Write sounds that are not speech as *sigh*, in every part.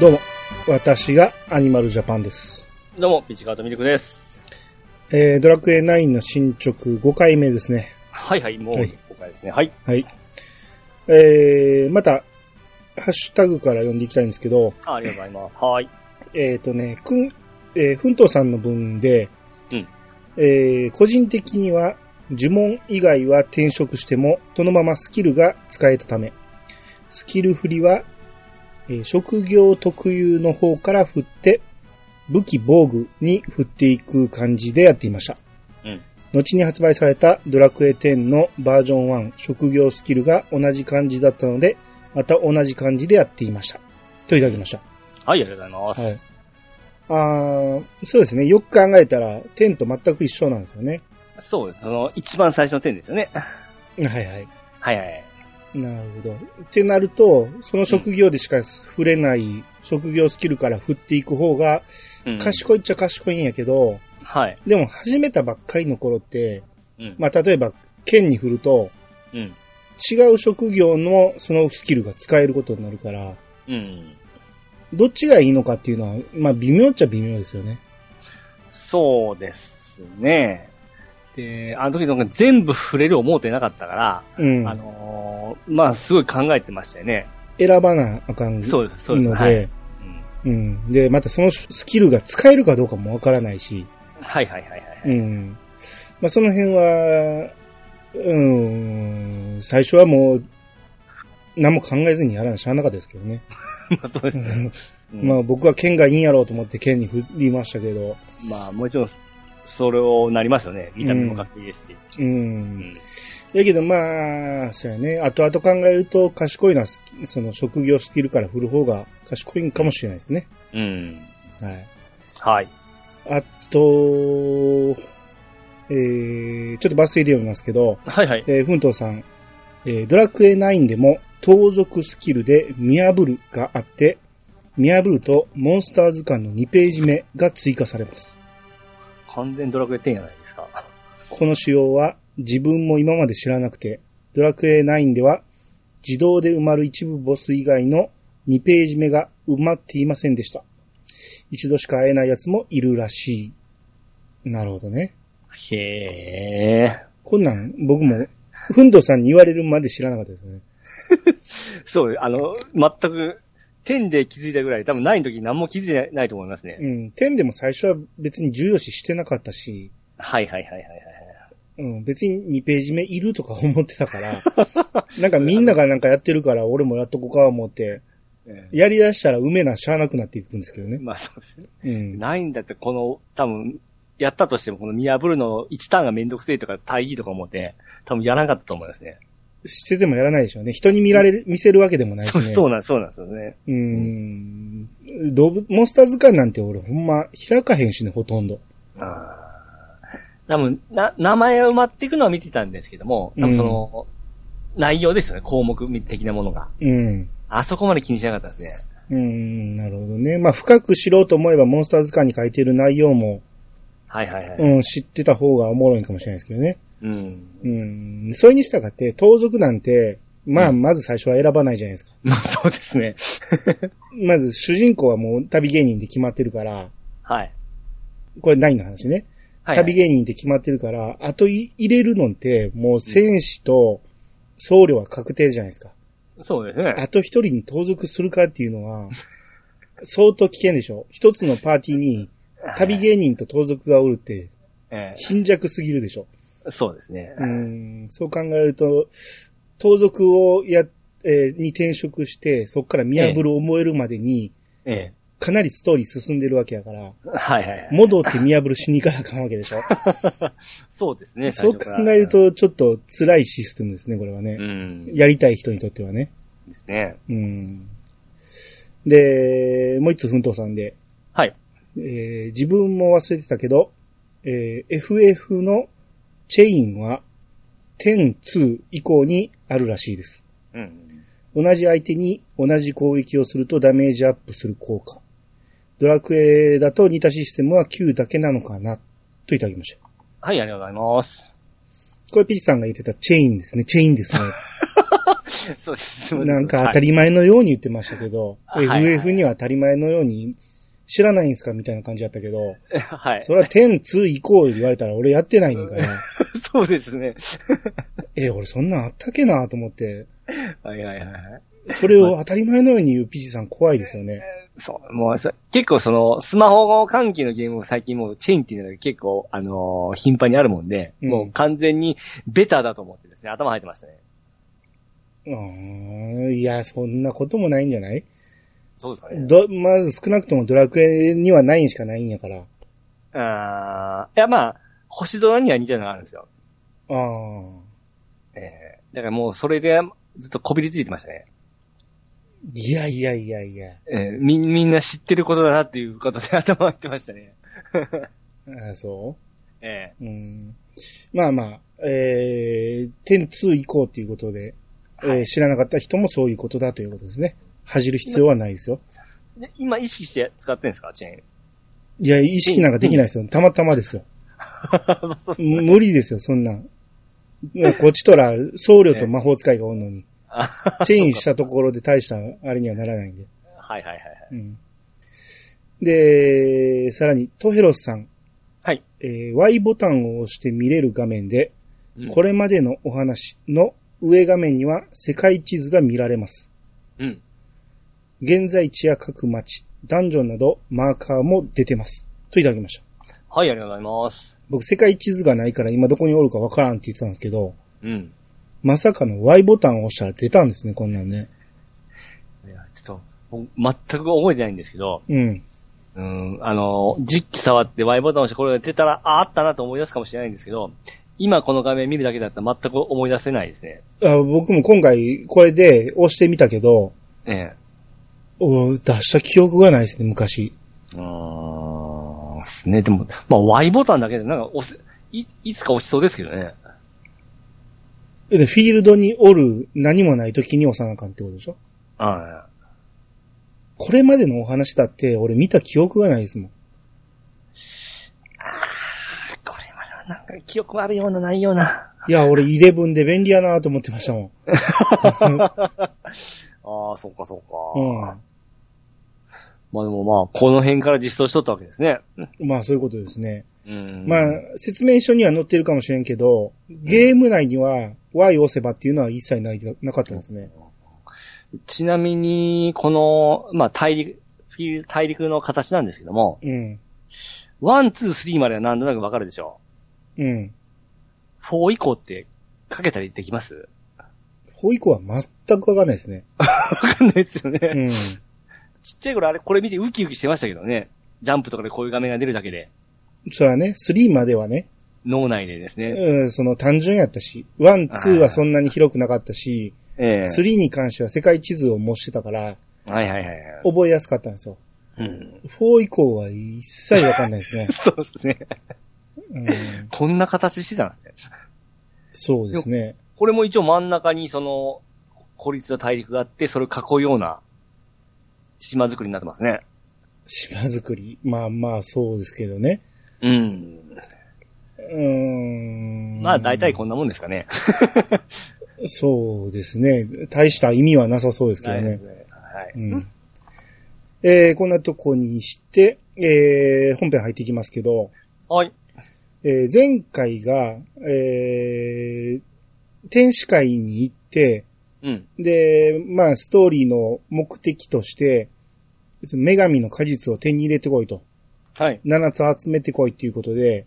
どうも、私がアニマルジャパンです。どうも、ピチカートミルクです。えー、ドラクエ9の進捗5回目ですね。はいはい、もうはい今回ですね。はい。はい。えー、また、ハッシュタグから読んでいきたいんですけど、あありがとうございます。はい。えっ、ー、とね、くん、えー、ふんとうさんの分で、うんえー、個人的には、呪文以外は転職しても、そのままスキルが使えたため、スキル振りは、えー職業特有の方から振って、武器防具に振っていく感じでやっていました。うん後に発売されたドラクエ10のバージョン1職業スキルが同じ感じだったので、また同じ感じでやっていました。といただきました。はい、ありがとうございます。はい。あーそうですね。よく考えたら、天と全く一緒なんですよね。そうです。その、一番最初の点ですよね。はいはい。はいはい。なるほど。ってなると、その職業でしか触れない職業スキルから振っていく方が、うん賢いっちゃ賢いんやけど、はい。でも始めたばっかりの頃って、うん。まあ例えば、剣に振ると、うん。違う職業のそのスキルが使えることになるから、うん。どっちがいいのかっていうのは、まあ微妙っちゃ微妙ですよね。そうですね。で、あの時なんか全部触れる思うてなかったから、うん。あのー、まあ、すごい考えてましたよね。選ばなあかんので、そうです、そうです。はい。うんうん。で、またそのスキルが使えるかどうかもわからないし、はいはいはいはい。うん。まあ、その辺は、うん、最初はもう、何も考えずにやらなしゃあなかったですけどね。まあ、そうですね。 *laughs* うんまあ僕は剣がいいんやろうと思って剣に振りましたけど、まあ、もちろん、それをなりますよね。見た目もかっこいいですし。う。うんん。やけどまあ、そうやね。後々考えると賢いのはスキその職業スキルから振る方が賢いんかもしれないですね。うん。はい。はい。あと、えー、ちょっと抜粋で読みますけど、はいはい。えー、ふんとうさん、えードラクエ9でも盗賊スキルで見破るがあって、見破るとモンスター図鑑の2ページ目が追加されます。完全ドラクエ10じゃないですか。この仕様は自分も今まで知らなくて、ドラクエ9では自動で埋まる一部ボス以外の2ページ目が埋まっていませんでした。一度しか会えないやつもいるらしい。なるほどね。へえ。こんなん、僕も、ふんどさんに言われるまで知らなかったですね。そう、あの、全く、10で気づいたぐらい、多分ない時に何も気づいてないと思いますね。うん。天でも最初は別に重要視してなかったし、はいはいはいはいはい。うん、別に2ページ目いるとか思ってた *laughs* から、なんかみんながなんかやってるから俺もやっとこうか思って、ええやり出したら梅なしゃあなくなっていくんですけどね。まあそうですね。うん。ないんだって、この、多分、やったとしても、この見破るの1ターンがめんどくせえとか、大義とか思って、多分やらなかったと思いますね。しててもやらないでしょうね。人に見られる、見せるわけでもないしそうね。そうなん、そうなんですよね。うん。動物、モンスター図鑑なんて俺ほんま開かへんしね、ほとんど。あー多分、な、名前を埋まっていくのは見てたんですけども、多分その、内容ですよね、項目的なものが。うん。あそこまで気にしなかったですね。うん、なるほどね。まあ深く知ろうと思えばモンスター図鑑に書いてる内容も、はいはいはい。うん、知ってた方がおもろいかもしれないですけどね。うん。うん、それにしたがって、盗賊なんて、まあ、うんまず最初は選ばないじゃないですか。まあそうで *laughs* すね。まず、主人公はもう旅芸人で決まってるから、はい。これ何の話ね。はい、旅芸人で決まってるから、あとい入れるのって、もう戦士と僧侶は確定じゃないですか。そうですね。あと一人に盗賊するかっていうのは、相当危険でしょ。一つのパーティーに、旅芸人と盗賊がおるって、え貧弱すぎるでしょ。えそうですね。うんそう考えると、盗賊をや、えーに転職して、そこから見破る思えるまでに、えかなりストーリー進んでるわけやから、えはいはいはい。戻って見破るしに行かなあかんわけで *laughs* しょ。そうですね。そう最初考からえる、と、ちょっと辛いシステムですね、これはうね。ん。やりたい人にとってはね。ですね。うん。で、もう一つ奮闘さんで、はい。えー自分も忘れてたけど、えー FF のチェインは、10、2以降にあるらしいです。うん。同じ相手に同じ攻撃をするとダメージアップする効果。ドラクエだと似たシステムは9だけなのかな、といただきました。はい、ありがとうございます。 *laughs* これピチさんが言ってたチェインですね。チェインですね。そうです。なんか当たり。り前のように言ってましたけど、はいはい FF には当たり前のように知らないんすかみたいな感じだったけど、はい。それは10、2以降言われたら俺やってないねんから、 *laughs* そうですね。 *laughs* え、俺そんなんあったっけなと思って、はいはいはいはい。それを当たり前のように言うピチさん怖いですよね。そう、もうそ結構その、スマホ関係のゲームを最近もうチェーンっていうのが結構、あのー頻繁にあるもんで、うんもう完全にベターだと思ってですね、頭入ってましたね。うーん、いや、そんなこともないんじゃないそうですかね。ど、まず少なくともドラクエにはないんしかないんやから。あーいやまあ、星空には似たようなのがあるんですよ。ああ。えーだからもうそれでずっとこびりついてましたね。いやいやいやいや。えーみ、みんな知ってることだなっていうことで頭入ってましたね。あそえううん。まあまあ、えー、点2以降ということで、ーはえーい知らなかった人もそういうことだということですね。恥じる必要はないですよ。で今意識して使ってるんですかチェーン。いや、意識なんかできないですよ。たまたまですよ。まあそうっすね無理ですよ、そんなん。いやこっちとら、僧侶と魔法使いがおんのに、 *laughs* あチェインしたところで大したあれにはならないんで。はいはいはいはい。うん。で、さらに、トヘロスさん。はい。えー Y ボタンを押して見れる画面で、うんこれまでのお話の上画面には世界地図が見られます。うん。現在地や各町、ダンジョンなどマーカーも出てます。といただきました。はい、ありがとうございます。僕世界地図がないから今どこにおるかわからんって言ってたんですけど、うん。まさかの Y ボタンを押したら出たんですね、こんなんね。いや、ちょっと、もう全く覚えてないんですけど、うん。うん、あの、実機触って Y ボタンを押してこれが出たら、あ、あったなと思い出すかもしれないんですけど、今この画面見るだけだったら全く思い出せないですね。あ僕も今回これで押してみたけど、えお出した記憶がないですね、昔。え。うーん、すね。でも、まあ Y ボタンだけで、なんか押せ、い、いつか押しそうですけどね。で、フィールドにおる何もない時に押さなあかんってことでしょあこれまでのお話だって俺見た記憶がないですもん。これまではなんか記憶あるような、ないような。いや、俺、イレブンで便利やなと思ってましたもん。ああ、そうかそうか。うまあでもまあ、この辺から実装しとったわけですね。ん。まあ、そういうことですね。うん。まあ、説明書には載ってるかもしれんけど、ゲーム内には Y 押せばっていうのは一切ないなかったですね。ちなみに、この、まあ、大陸、フィール大陸の形なんですけども、うん。ワン、ツー、スリーまではなんとなくわかるでしょうん。う。フォー以降ってかけたりできます *laughs* 保育は全くわかんないですね。わかんないですよね。うん。ちっちゃい頃あれ、これ見てウキウキしてましたけどね。ジャンプとかでこういう画面が出るだけで、それはね、3まではね、脳内でですね。うん、その単純やったし、1、2はそんなに広くなかったし、ええ3に関しては世界地図を模してたから、はいはいはいはい。覚えやすかったんですよ。うん、。4以降は一切わかんないですねそうですね。うん、こんな形してたんですね。そうですね。これも一応真ん中にその、孤立の大陸があって、それを囲うような島作りになってますね。島作り。まあまあ、そうですけどね。うん。うーん。まあ大体こんなもんですかね。そうですね。大した意味はなさそうですけどね。はい。うん。えー、こんなとこにして、えー、本編入っていきますけど、はい。えー、前回が、えー、天使会に行って、うん。で、まあ、ストーリーの目的として、その女神の果実を手に入れてこいと。はい。 7つ集めてこいっていうことで、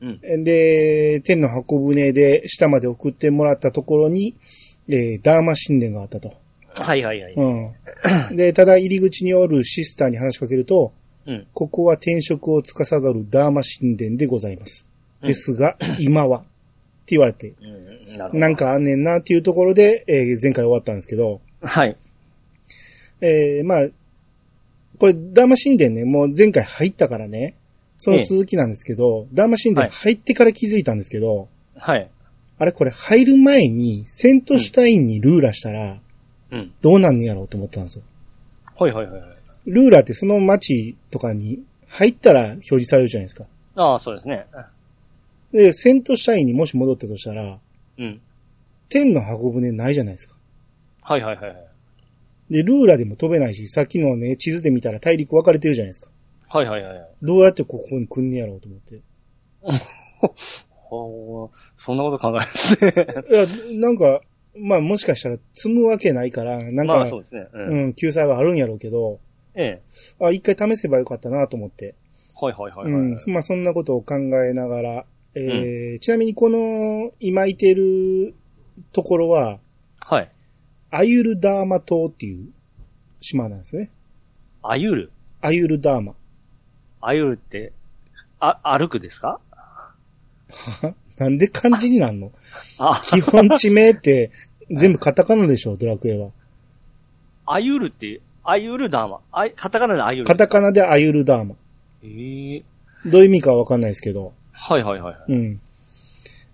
うん。で、天の箱舟で下まで送ってもらったところに、えーダーマ神殿があったと。はいはいはい。うん。で、ただ入り口におるシスターに話しかけると、うん。ここは転職を司るダーマ神殿でございます。ですが、今は、って言われて、うん。なるほど。なん。かあんねんなっていうところで、えー前回終わったんですけど、はい。えーまあ、これ、ダーマ神殿ね、もう前回入ったからね、その続きなんですけど、ダーマ神殿入ってから気づいたんですけど、はい。あれこれ入る前に、セントシュタインにルーラしたら、うん。どうなんねやろうと思ったんですよ。はいはいはいはい。ルーラってその街とかに入ったら表示されるじゃないですか。ああ、そうですね。で、セントシュタインにもし戻ったとしたら、うん。天の箱舟ないじゃないですか。はいはいはいはい。で、ルーラでも飛べないし、さっきのね、地図で見たら大陸分かれてるじゃないですか。はいはいはい *laughs* はい。どうやってここに来んねやろうと思って。ほう、そんなこと考えないですね。いや、なんか、まあもしかしたら積むわけないから、なんか、まあそうですね。うん。うん、救済はあるんやろうけど、ええ。あ、一回試せばよかったなと思って。はいはいはいはい。うん。まあ、そんなことを考えながら、えーちなみにこの、今いてるところは、はい。アユルダーマ島っていう島なんですね。あゆる。アユルダーマ。 *laughs* あゆるって、あ、歩くですかなんで漢字に *laughs* なんのあ、基本地名って全部カタカナでしょ、ドラクエは。あゆるって、あゆるだま。あい、カタカナであゆる。カタカナでアユルダーマ。ええどういう意味かはわかんないですけど。はいはいはいはい。うん。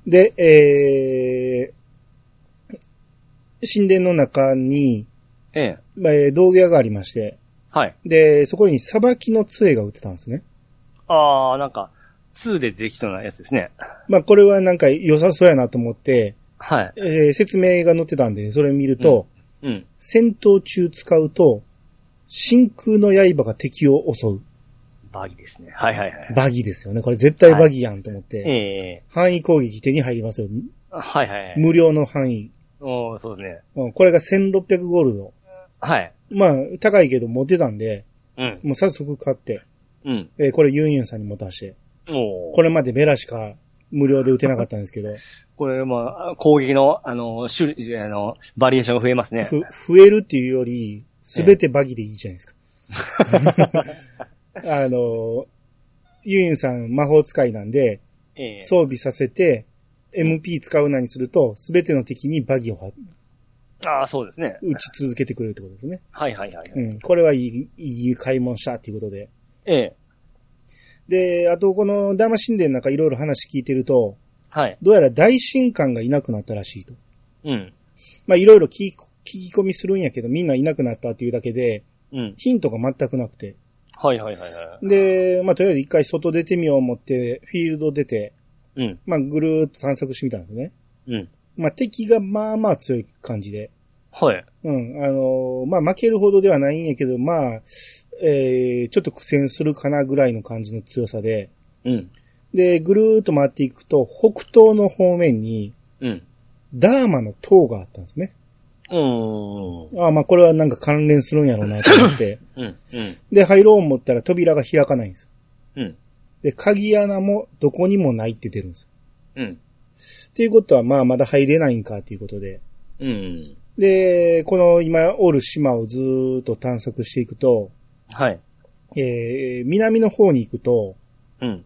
で、えー、神殿の中に、ええ。えー道具屋がありまして、はい。で、そこに裁きの杖が売ってたんですね。ああ、なんか、2でできそうなやつですね。まあ、これはなんか良さそうやなと思って、はい。えー説明が載ってたんで、それ見ると、うん。戦闘中使うと、真空の刃が敵を襲う。バギですね。はいはいはい。バギですよね。これ絶対バギやんと思って。ええ範囲攻撃手に入りますよ。はいはいはい。無料の範囲。おーそうですね。うんこれが1600ゴールド。はい。まあ、高いけど持ってたんで、うん。もう早速買って、うん。えーこれユンユンさんに持たして、おーこれまでベラしか無料で打てなかったんですけど、これ、まああ、攻撃の、あの、種類、あの、バリエーションが増えますね。ふ、増えるっていうより、すべてバギでいいじゃないですか。あの、ユンユンさん魔法使いなんで、ええ装備させて、MP 使うなにすると、すべての敵にバギをはああ、そうですね。打ち続けてくれるってことですね。はいはいはい。うん。これはいい、いい買い物したっていうことで。ええで、あとこのダーマ神殿なんかいろいろ話聞いてると、はい。どうやら大神官がいなくなったらしいと。うん。まあいろいろ聞き聞き込みするんやけど、みんないなくなったっていうだけで、うん。ヒントが全くなくて。はいはいはいはで、まあ、とりあえず一回外出てみよう思って、フィールド出て、い。うん。まあ、ぐるーっと探索してみたんですね。うん。まあ、敵がまあまあ強い感じで。はい。うん、あのーまあ、負けるほどではないんやけど、まあ、えー、ちょっと苦戦するかなぐらいの感じの強さで。うん。で、ぐるーっと回っていくと、北東の方面に、うん。ダーマの塔があったんですね。うーん。ああ、まあ、これはなんか関連するんやろうなと思って。うん。うん。で、入ろう思ったら扉が開かないんですよ。うん。で、鍵穴もどこにもないって出るんですようん。っていうことは、まあ、まだ入れないんかということで。うん。で、この今おる島をずーっと探索していくと、はい。えー、南の方に行くと、うん。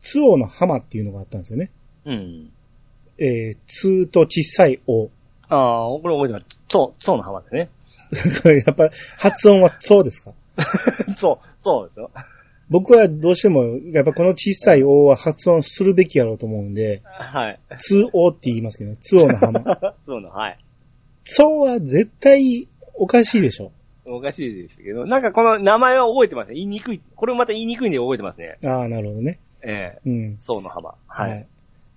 ツオの浜っていうのがあったんですよね。うん。えー、ツーと小さいオ。ああ、これ覚えてます。そう、そうの浜ですね。 *laughs* これ *laughs* やっぱ、発音はそうですかそう、そうですよ。 *laughs* 僕はどうしても、やっぱこの小さいオは発音するべきやろうと思うんで、はい。ツオって言いますけどね、ツオの *laughs* 浜。そうの、はい。ツオは絶対おかしいでしょ。おかしいですけど、なんかこの名前は覚えてますね。言いにくい。これもまた言いにくいんで覚えてますね。ああ、なるほどね。ええうん。そうの浜。はい。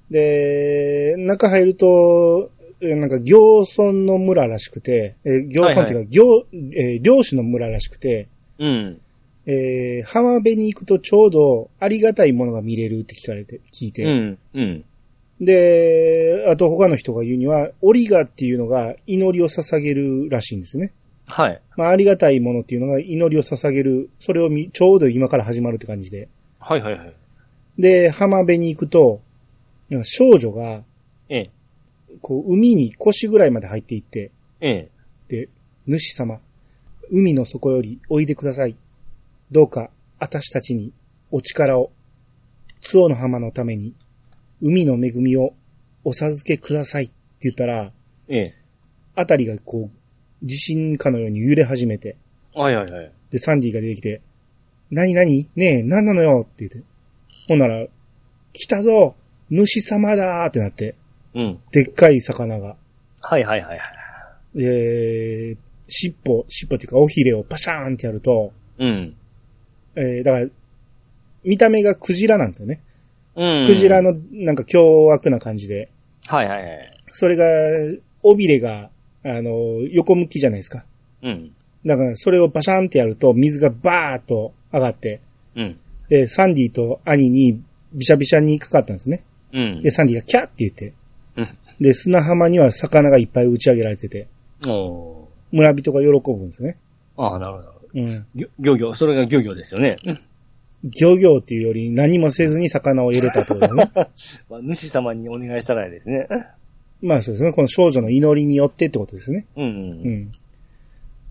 で、中入ると、えーなんか行村の村らしくて、えー行村っていうか、行、えー漁師の村らしくて、うん。えー浜辺に行くとちょうどありがたいものが見れるって聞かれて、聞いうて。ん。うん。で、あと他の人が言うには、オリガっていうのが祈りを捧げるらしいんですね。はい。まあ、ありがたいものっていうのが祈りを捧げる、それをみちょうど今から始まるって感じで。はいはいはい。で、浜辺に行くと、なんか少女が、ええ。こう、海に腰ぐらいまで入っていって、ええ。で、主様、海の底よりおいでください。どうか、あたしたちに、お力を、津尾の浜のために、海の恵みをお授けくださいって言ったら、ええ。あたりがこう、地震かのように揺れ始めて、はいはいはい。で、サンディが出てきて、なになにねえ、なんなのよって言って。ほんなら、来たぞ主様だーってなって、うん。でっかい魚が、はいはいはいはい。えー、尻尾、尻尾っていうか、尾ひれをパシャーンってやると、うん。えーだから、見た目がクジラなんですよね。うん。クジラ。のなんか凶悪な感じで、はいはいはい。それが、尾びれが、あの、横向きじゃないですか。うん。だから、それをバシャンってやると、水がバーっと上がって、うん。で、サンディと兄にビシャビシャにかかったんですね。うんで、。サンディがキャッって言って、うんで、砂浜には魚がいっぱい打ち上げられてて、お村人が喜ぶんですね。ーああ、なるほど。うん。漁漁業、それが漁業ですよね。うん漁業っていうより何もせずに魚を入れたってこと *laughs* だね。まあ主様にお願いしたらですね。まあそうですね。この少女の祈りによってってことですね。うんううん。ん。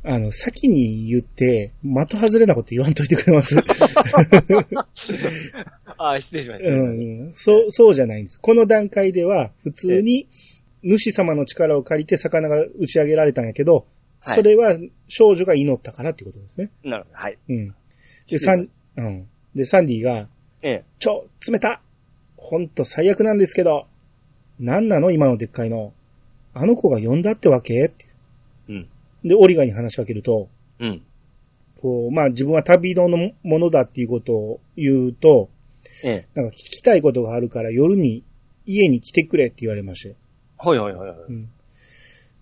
あの、先に言って、的外れなこと言わんといてくれます。 *laughs* ああ、失礼しました。うん。そう、そうじゃないんです。この段階では、普通に、主様の力を借りて魚が打ち上げられたんやけど、はいそれは少女が祈ったからってことですね。なるほど。はい。うん。で、サン、うん。で、サンディが、ええ。ちょ、冷たほんと最悪なんですけど、なんなの今のでっかいの。あの子が呼んだってわけってうん。で、オリガに話しかけると、うん。こう、まあ自分は旅人のものだっていうことを言うと、ええ。なんか聞きたいことがあるから夜に家に来てくれって言われまして。はいはいはいはい。うん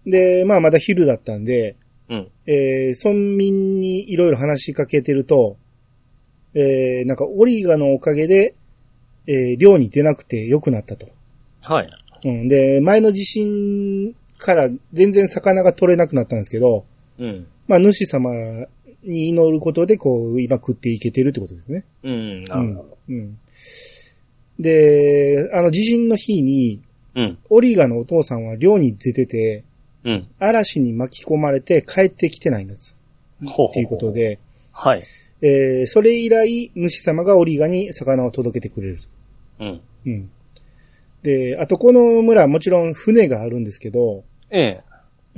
で、まあまだ昼だったんで、うん。えー、村民にいろいろ話しかけてると、えー、なんかオリガのおかげで、えー、漁に出なくて良くなったと。はい。うん。で、前の地震から全然魚が取れなくなったんですけど、うん。まあ、主様に祈ることで、こう、今食っていけてるってことですね。うん。なうるんほど。。うん。で、あの、地震の日に、うん。オリガのお父さんは漁に出てて、うん。嵐に巻き込まれて帰ってきてないんです。ほうほうほうっていうこと。で、はい。えー、それ以来、主様がオリガに魚を届けてくれる。うん。うん。で、あとこの村はもちろん船があるんですけど、ええ。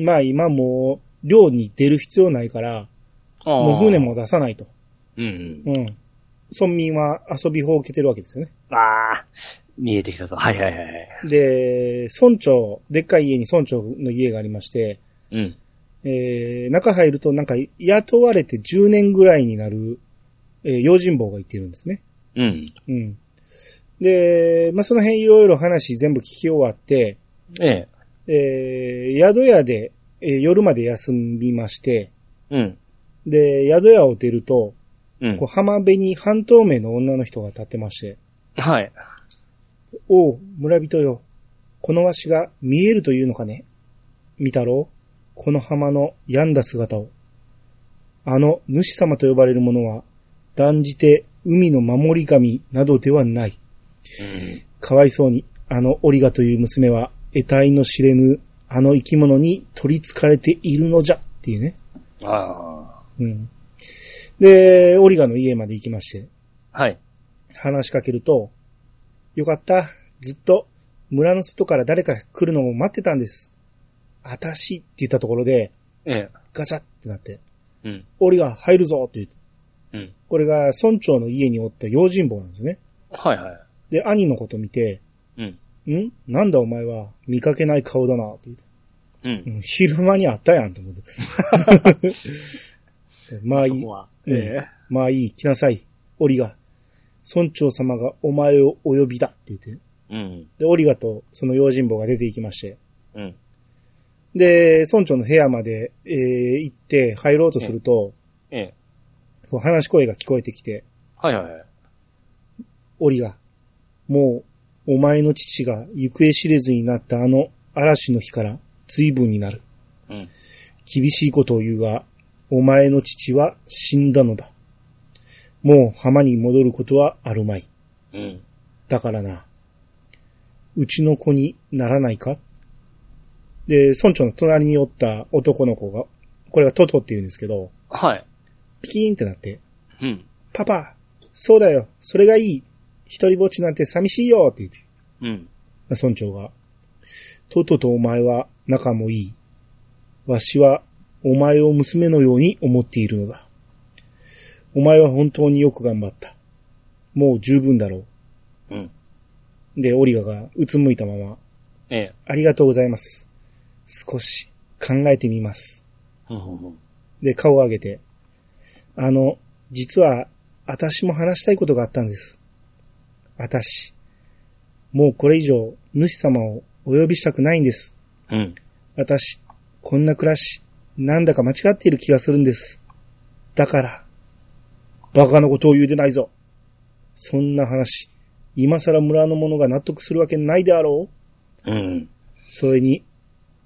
まあ今もう漁に出る必要ないから、ああもう船。も出さないと。うんうん。うん。村民は遊びほうけてるわけですよね。ああ、見えてきたぞ。はいはいはいはい。で、村長、でっかい家に村長の家がありまして、うん。えー、中入るとなんか雇われて10年ぐらいになる、えー、用心棒がいてるんですね。うん。うん。で、まあ、その辺いろいろ話全部聞き終わって、えええ。ー、宿屋で、えー夜まで休みまして、うん。で、宿屋を出ると、うんこう。浜辺に半透明の女の人が立ってまして、はい。おう、村人よ。このわしが見えるというのかね。見たろうこの浜の病んだ姿を。あの主様と呼ばれる者は、断じて海の守り神などではない。かわいそうに、あのオリガという娘は、得体の知れぬ、あの生き物に取り憑かれているのじゃ。っていうね。うん。あうん。で、オリガの家まで行きまして、あ。はい。話しかけると、よかった。ずっと村の外から誰か来るのを待ってたんです。あたしって言ったところで、ええ。ガチャってなって、うん。俺が入るぞって言って。うん。これが村長の家におった用心棒なんですね。はいはい。で、兄のこと見て、うん。んなんだお前は見かけない顔だなって言って。う。うんん昼間にあったやんと思って。 *laughs* まあいそいこ、は。うんえまあいい、来なさい。オリが。村長様がお前をお呼びだって言って。え。うん。で、オリガとその用心棒が出て行きまして。うん。で、村長の部屋まで、えー行って入ろうとすると、ええ。こう話し声が聞こえてきて、はいはいはい。オリが、もう、お前の父が行方知れずになったあの嵐の日から随分になる。うん。厳しいことを言うが、お前の父は死んだのだ。もう浜に戻ることはあるまい。うん。だからな、うちの子にならないかで、村長の隣におった男の子が、これがトトって言うんですけど、はい。ピキーンってなって、うん。パパ、そうだよ、それがいい。一人ぼっちなんて寂しいよって言って、うん。村長が、トトとお前は仲もいい。わしはお前を娘のように思っているのだ。お前は本当によく頑張った。もう十分だろうん。う。で、オリガがうつむいたまま、ええ。ありがとうございます。少し考えてみます。うん。で、顔を上げて。あの、実は、私も話したいことがあったんです。私、もうこれ以上、主様をお呼びしたくないんです。うん。私、こんな暮らし、なんだか間違っている気がするんです。だから、バカなことを言うでないぞ。そんな話、今更村の者が納得するわけないであろううん。それに、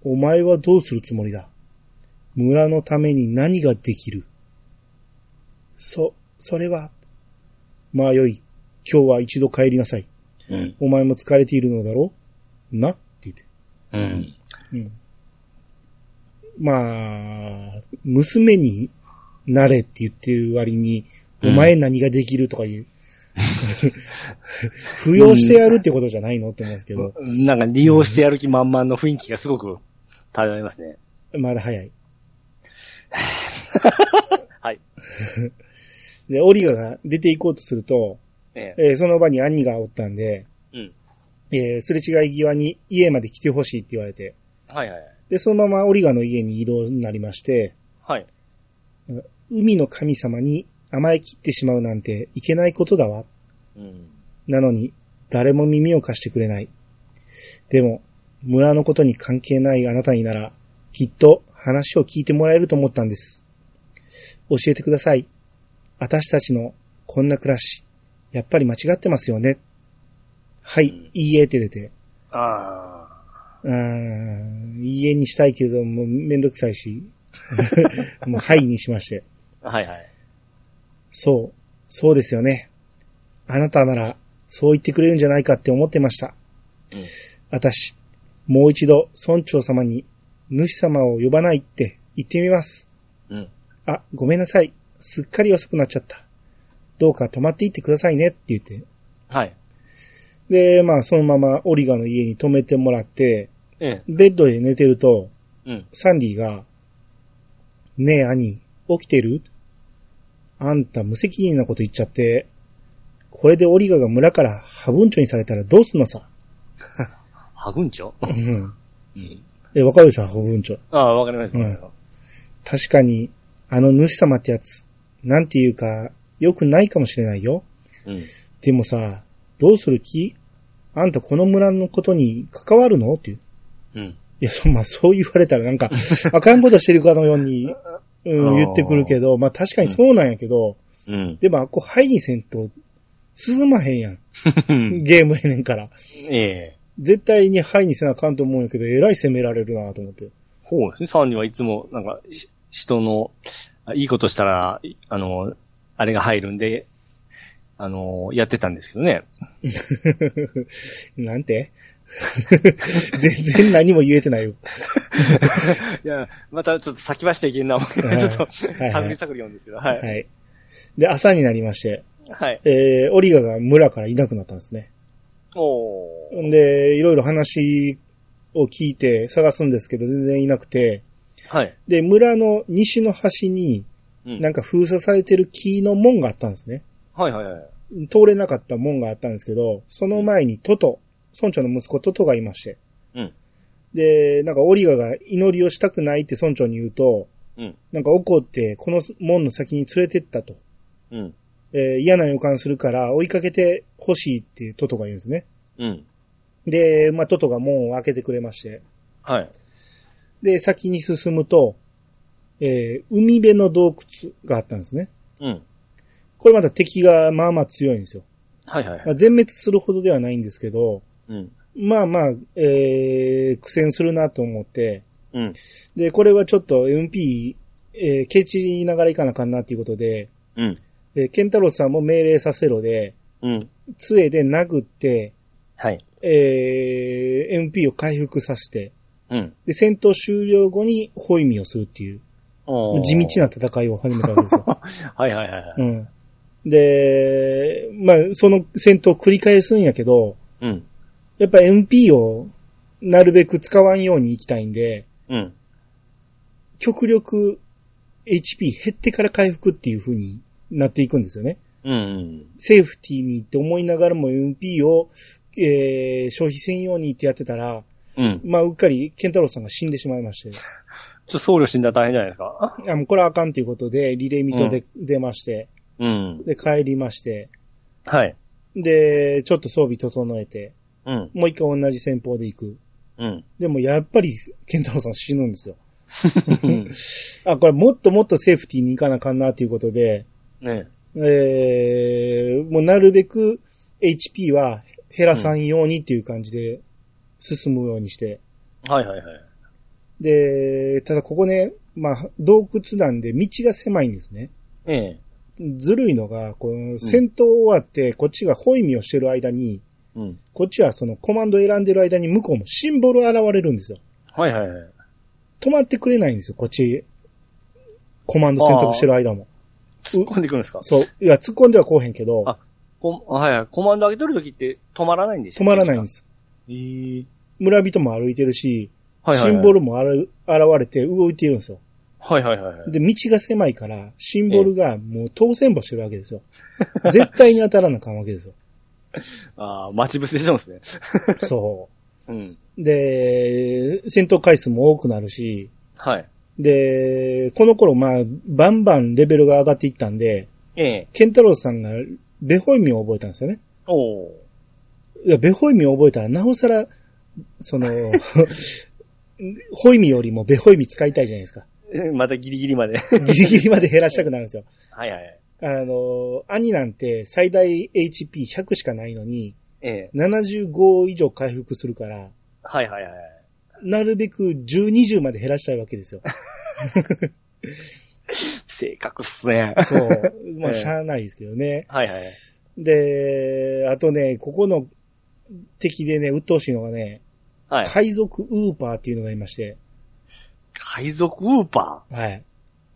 お前はどうするつもりだ村のために何ができるそ、それは。まあよい。今日は一度帰りなさい。うん。お前も疲れているのだろうなって言って。うん。うん。まあ、娘になれって言ってる割に、うんお前何ができるとか *laughs* いう。 *laughs* 扶養してやるってことじゃないのって思うんですけど、なんか利用してやる気満々の雰囲気がすごく漂いますね。まだ早い。 *laughs* はい。 *laughs* で、オリガが出て行こうとすると、ええ。えーその場に兄がおったんで、うん。えーすれ違い際に家まで来てほしいって言われて、はいはいはい。で、そのままオリガの家に移動になりまして、はい。海の神様に甘え切ってしまうなんていけないことだわ。うん。なのに、誰も耳を貸してくれない。でも、村のことに関係ないあなたになら、きっと話を聞いてもらえると思ったんです。教えてください。私たちのこんな暮らし、やっぱり間違ってますよね。はい、うんいいえって出て。あうーん、いいえにしたいけど、もうめんどくさい *laughs* し。もうはいにしまして。あ。はいはい。そう、そうですよね。あなたなら、そう言ってくれるんじゃないかって思ってました。うん私、もう一度村長様に、主様を呼ばないって言ってみます。うん。あ、ごめんなさい。すっかり遅くなっちゃった。どうか泊まっていってくださいねって言って。はい。で、まあ、そのままオリガの家に泊めてもらって、ええ。ベッドで寝てると、うん。サンディが、ねえ、兄、起きてるあんた無責任なこと言っちゃって、これでオリガが村からハブンチョにされたらどうすんのさ。ハグンチョうん。うん。え、わかるでしょ、ハブンチョ。ああ、わかります。うん確かに、あの主様ってやつ、なんていうか、良くないかもしれないよ。うん。でもさ、どうする気あんたこの村のことに関わるのっていう。うん。いや、そ、まあ、そう言われたらなん *laughs* か、あかんことしてるかのように、うん、あー言ってくるけど、まあ確かにそうなんやけど、うん。でも、あっこ、ハイにせんと、進まへんやん。ゲームやねんから。ええ。絶対にハイにせなあかんと思うんやけど、えらい攻められるなと思って。 *laughs* そうですね。サンディはいつも、なんか、し人の、あいいことしたら、いあの、あれが入るんで、あの、やってたんですけどね。なんて *laughs* 全然何も言えてないよ。いや、またちょっと先走っちゃいけんな、 *laughs* ちょはいっと、はい探り探り読んですけど、は。はいい。で、朝になりまして、はい。えー、オリガが村からいなくなったんですね。おーんで、いろいろ話を聞いて探すんですけど、全然いなくて、はい。で、村の西の端に、うんなんか封鎖されてる木の門があったんですね。はいはいはい。通れなかった門があったんですけど、その前にトト、村長の息子トトがいまして。うんで、なんかオリガが祈りをしたくないって村長に言うと、うんなんか怒ってこの門の先に連れてったと。うん。えー嫌な予感するから追いかけてほしいってトトが言うんですね。うん。で、まあ、トトが門を開けてくれまして。はい。で、先に進むと、えー海辺の洞窟があったんですね。うん。これまた敵がまあまあ強いんですよ。はいはいはまあ、い。全滅するほどではないんですけど、うん。まあまあ、えー、苦戦するなと思って、うん。で、これはちょっと MP、えー、ケチりながらいかなあかんなっていうことで、うん。えーケンタロウさんも命令させろで、うん。杖で殴って、はい。えー、MP を回復させて、うん。で、戦闘終了後にホイミをするっていう、おー地道な。戦いを始めたわけですよ。 *laughs* はいはいはいはい。うん。で、まあ、その戦闘を繰り返すんやけど、うん。やっぱ MP をなるべく使わんように行きたいんで、うん。極力 HP 減ってから回復っていう風になっていくんですよね。うん。セーフティーにって思いながらも MP を、えー消費せんようにってやってたら、うん。ちょまあ、うっかりケンタロウさんが死んでしまいまして、っと僧侶死んだら大変じゃないですか。あもうこれはあかんということで、リレーミトで、出まして、うん。で、帰りまして、はい。で、ちょっと装備整えて、うん。もう一回同じ戦法で行く。うん。でもやっぱり、ケンタロウさん死ぬんですよ。 *laughs* うんあ、これもっともっとセーフティーに行かなあかんなということで、ねえー、もうなるべく HP は減らさんようにっていう感じで進むようにして。はいはいはい。で、ただここね、まあ、洞窟なんで道が狭いんですね。ええ。ずるいのが、この戦闘終わって、こっちがホイミをしてる間に、うん。こっちはそのコマンド選んでる間に向こうもシンボル現れるんですよ。はいはいはい。止まってくれないんですよ、こっち。コマンド選択してる間も。突っ込んでいくんですかそう。いや、突っ込んではこうへんけど、あこはいはい。コマンド上げとるときって止まらないんでしょ止まらないんです。えー村人も歩いてるし、はいはいはい。シンボルもあら現れて動いているんですよ。はいはいはいはい。で、道が狭いから、シンボルがもう当選簿してるわけですよ。絶対に当たらなあかんわけ *laughs* ですよ。ああ、待ち伏せしちゃうんですね。そうん。う。で、戦闘回数も多くなるし、はい。で、この頃、まあ、バンバンレベルが上がっていったんで、ええ。ケンタロウさんがベホイミを覚えたんですよね。おお。いや、ベホイミを覚えたら、なおさら、そ *laughs* の、ホイミよりもベホイミ使いたいじゃないですか。えまたギリギリまで。ギリギリまで減らしたくなるんですよ。はいはいはい。あの、兄なんて最大 HP100 しかないのに、ええ。 75以上回復するから、はいはいはい。なるべく10、20まで減らしたいわけですよ。正確っすね。そう。 *laughs* まあ、ええしゃあないですけどね。はいはい。で、あとね、ここの敵でね、鬱陶しいのがね、はい。海賊ウーパーっていうのがいまして、海賊ウーパはい。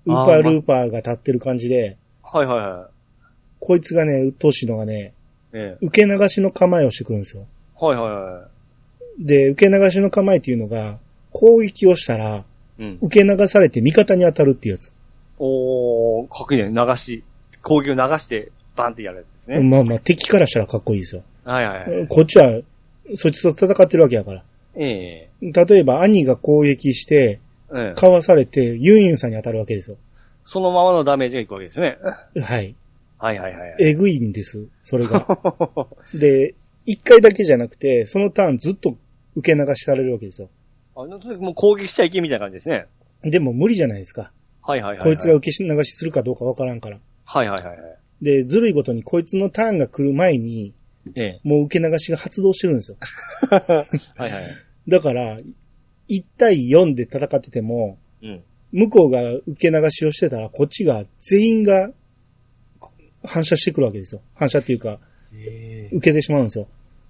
ウーあーパールーパーが立ってる感じで、ーはいはいはい。こいつがね、鬱陶しいのがね、ええ。受け流しの構えをしてくるんですよ。はいはいはで、受け流しの構えっていうのが、攻撃をしたら、い。うん。受け流されて味方に当たるっていうやつ。おー、かっこいいね。流し、攻撃を流して、バンってやるやつですね。まあまあ、敵からしたらかっこいいですよ。はいはいはい。こっちは、そいつと戦ってるわけやから。ええ例えば、兄が攻撃して、ええかわされて、ユンユンさんに当たるわけですよ。そのままのダメージがいくわけですね。はい。はいはいはいはい。え *laughs* ぐいんです、それが。で、一回だけじゃなくて、そのターンずっと受け流しされるわけですよ。あのとにかくもう攻撃しちゃいけみたいな感じですね。でも無理じゃないですか。はいはいはい、はい。こいつが受け流しするかどうかわからんから。はいはいはいはい。で、ずるいことにこいつのターンが来る前に、え *laughs* えもう受け流しが発動してるんですよ。はいはい。だから、1対4で戦ってても、うん。向こうが受け流しをしてたら、こっちが全員がこ反射してくるわけですよ。反射っていうか、ええ受けてしまうんですよ。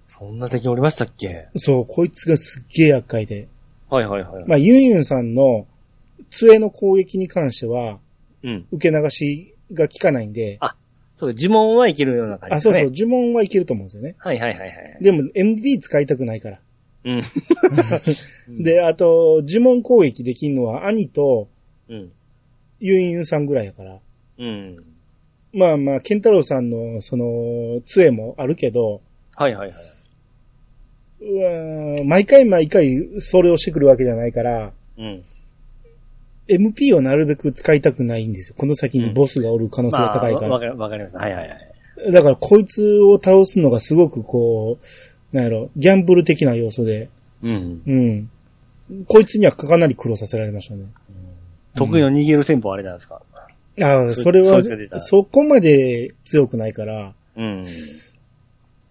そんな敵おりましたっけそう、こいつがすっげえ厄介で。はいはいはい。まあ、ユンユンさんの杖の攻撃に関しては、うん。受け流しが効かないんで、あそう、呪文はいけるような感じあ、ですそうね。そう、呪文はいけると思うんですよね。はいはいはいはい。でも、MD 使いたくないから。 *laughs* うん。で、あと、呪文攻撃できんのは兄とうん。ユンユンさんぐらいやから。うん。まあまあ、ケンタロウさんの、その、杖もあるけど、はいはいはい。うわー毎回毎回それをしてくるわけじゃないから、うん。 MP をなるべく使いたくないんですよ。この先にボスがおる可能性まがあ、高いから。わかりわかります。はいはいはい。だから、こいつを倒すのがすごくこう、なんやろ、ギャンブル的な要素で、うん。うん。こいつにはかなり苦労させられましたね。得意の逃げる戦法あれなんですかああ、そそれそは、いつが出たそこまで強くないから、うん。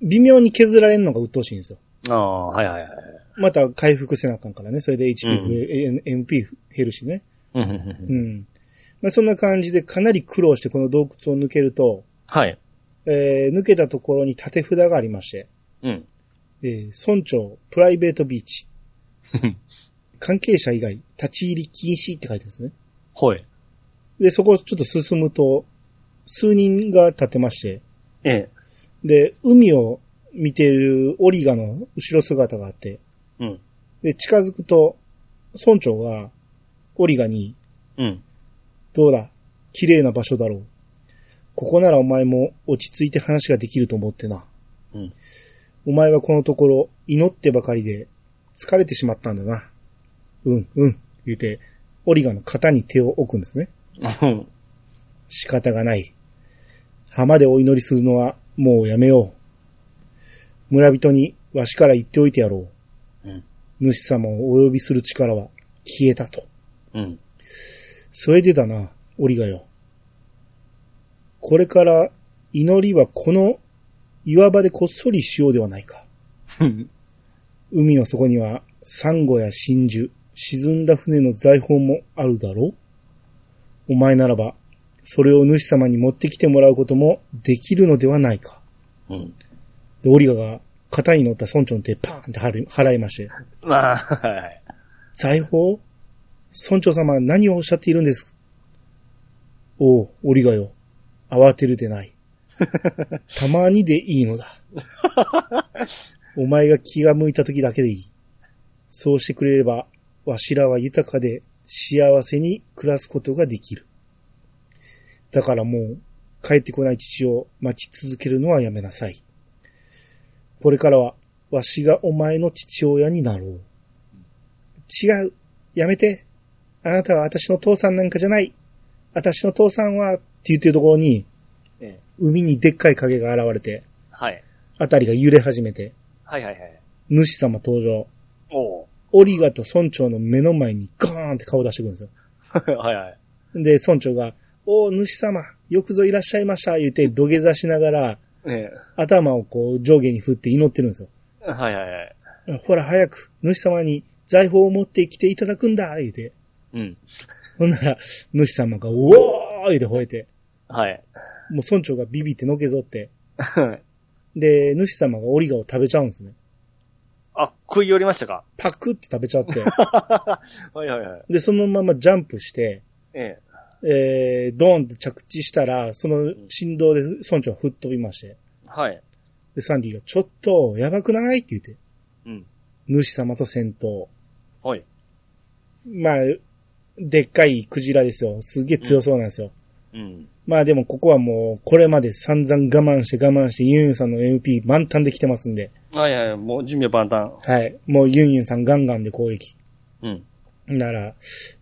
微妙に削られるのが鬱陶しいんですよ。ああ、はいはいはい。また回復せなあかんからね。それで HP うん増え、え MP 減るしね。うんうんうんううんん。まあ、そんな感じでかなり苦労してこの洞窟を抜けると、はい。えー抜けたところに縦札がありまして、うん。えー村長、プライベートビーチ、関係者以外、立ち入り禁止って書いてあるんですね。ほい。で、そこをちょっと進むと、数人が立ってまして、ええ。で、海を見ているオリガの後ろ姿があって、うん。で、近づくと、村長が、オリガに、うん。 *laughs* どうだ綺麗な場所だろう。ここならお前も落ち着いて話ができると思ってな。うんお前はこのところ祈ってばかりで疲れてしまったんだな。うん、うん、言うて、オリガの肩に手を置くんですね。うん。仕方がない。浜でお祈りするのはもうやめよう。村人にわしから言っておいてやろう。うん主様をお呼びする力は消えたと。うん。それでだな、折がよ。これから、祈りはこの岩場でこっそりしようではないか。海の底には、サンゴや真珠、沈んだ船の財宝もあるだろうお前ならば、それを主様に持ってきてもらうこともできるのではないか。うん。で、オリガが肩に乗った村長の手パーンって払い払いまして、まあ、はい。財宝村長様は何をおっしゃっているんですおう、オリガよ。慌てるでない。たまにでいいのだ。お前が気が向いた時だけでいい。そうしてくれれば、わしらは豊かで幸せに暮らすことができる。だからもう、帰ってこない父を待ち続けるのはやめなさい。これからは、わしがお前の父親になろう。違う。やめて。あなたは私の父さんなんかじゃない。私の父さんは、って言ってるところに、ええ海にでっかい影が現れて、はい。あたりが揺れ始めて、はいはいはい。主様登場。おう。オリガと村長の目の前にガーンって顔出してくるんですよ。はいはい。で、村長が、おー、主様、よくぞいらっしゃいました、言って土下座しながら、え頭をこう上下に振って祈ってるんですよ。え。はいはいはい。ほら、早く、主様に財宝を持ってきていただくんだ、言うて。うん。ほんなら、主様が、おー言うて吠えて、はい。もう村長がビビってのけぞって、で、主様がオリガを食べちゃうんですね。あ、食い寄りました *laughs* かパクって食べちゃって、はいはいはい。で、そのままジャンプして、ええー、ドーンって着地したら、その振動で村長は吹っ飛びまして、え。はい。で、サンディが、ちょっと、やばくないって言って、うん。主様と戦闘。はい。まあ、でっかいクジラですよ。すげえ強そうなんですよ。うん。まあでもここはもう、これまで散々我慢して我慢して、ユンユンさんの MP 満タンで来てますんで、はいはい。もう準備は万端。はい。もうユンユンさんガンガンで攻撃。うん。なら、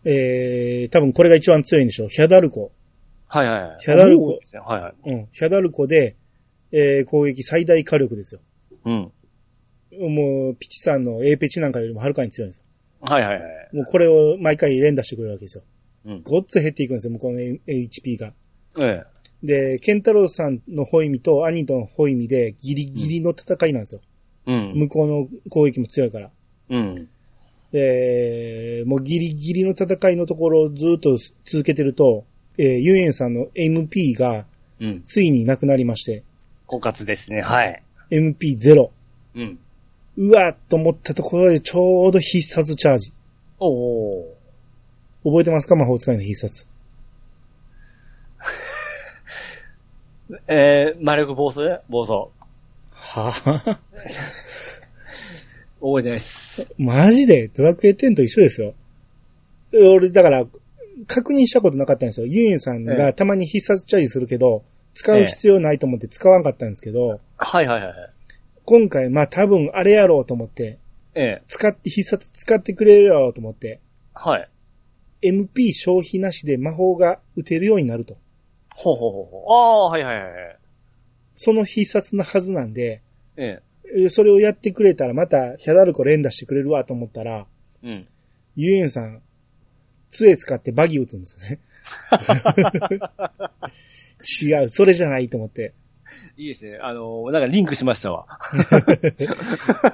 えー、多分これが一番強いんでしょう。ヒャダルコ。はいはいはい。ヒャダルコもうですね。はいはい。うん。ヒャダルコで、えー、攻撃最大火力ですよ。うん。もう、ピチさんの A ペチなんかよりもはるかに強いんですよ。はいはいはい。もうこれを毎回連打してくれるわけですよ。うん。ごっつ減っていくんですよ、向こうの HP が。ええ。で、ケンタロウさんのホイミと兄とのホイミでギリギリの戦いなんですよ。うん。向こうの攻撃も強いから。うん。えー、もうギリギリの戦いのところをずっと続けてると、えー、ユンユンさんの MP がうん。ついになくなりまして、枯渇ですね。はい。 MP0。うん。うわーっと思ったところでちょうど必殺チャージ。おお。覚えてますか魔法使いの必殺。えー、魔力暴走暴走。はぁ、覚えてないっす。 *laughs* マジでドラクエ10と一緒ですよ。俺、だから、確認したことなかったんですよ。ユンユンさんえがえたまに必殺チャージするけど、使う必要ないと思って使わんかったんですけど、はいはいはい。今回、まあ多分あれやろうと思って、ええ。使って、必殺使ってくれるやろうと思って、はい。 MP 消費なしで魔法が打てるようになると。ほうほうほうほう。ああー、はいはいはいはい。その必殺なはずなんで、ええそれをやってくれたらまたヒャダルコ連打してくれるわと思ったら、え。うん。ユンユンさん、杖使ってバギー打つんですよね。違う、それじゃないと思って。いいですね。あのー、なんかリンクしましたわ。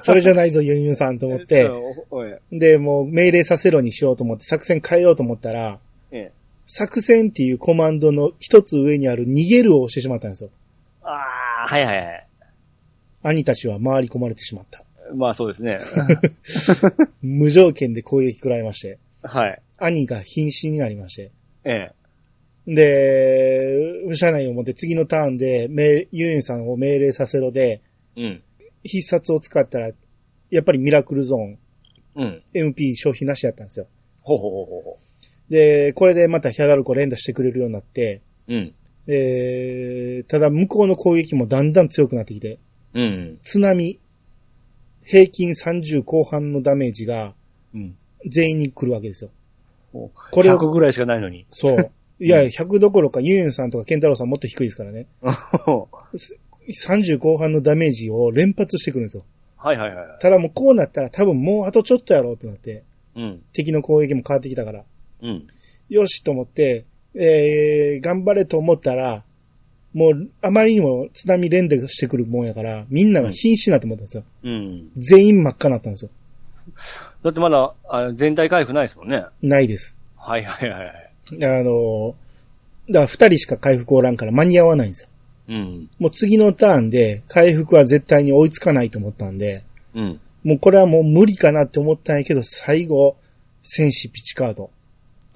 それじゃないぞ、ユンユンさんと思っえて。おおえで、もう命令させろにしようと思って作戦変えようと思ったら、ええ。作戦っていうコマンドの一つ上にある逃げるを押してしまったんですよ。ああ、はいはいはい。兄たちは回り込まれてしまった。まあそうですね。 *laughs* 無条件で攻撃食らいまして、はい。兄が瀕死になりまして。ええ。で、社内を持って次のターンで、めユンユンさんを命令させろで、うん。必殺を使ったら、やっぱりミラクルゾーン、うん。 MP 消費なしだったんですよ。ほうほうほうほうほで、これでまたヒャダルコ連打してくれるようになって、う。うん。えー、ただ向こうの攻撃もだんだん強くなってきて、うん。津波、平均30後半のダメージがうん。全員に来るわけですよ。ここれを100ぐらいしかないのに。そう。いや、100どころか、ユンユンさんとかケンタロウさんもっと低いですからね。 *laughs* は30後半のダメージを連発してくるんですよ。いはいはい。ただもうこうなったら多分もうあとちょっとやろうってなって、うん。敵の攻撃も変わってきたから。うん。よしと思って、えー、頑張れと思ったら、もう、あまりにも津波連打してくるもんやから、みんなが瀕死になって思ったんですよ。うん。全員真っ赤になったんですよ。だってまだ、あ全体回復ないですもんね。ないです。はいはいはいはい。あのー、だから二人しか回復おらんから間に合わないんですよ。うん。もう次のターンで回復は絶対に追いつかないと思ったんで、うん。もうこれはもう無理かなって思ったんやけど、最後、戦士ピチカード。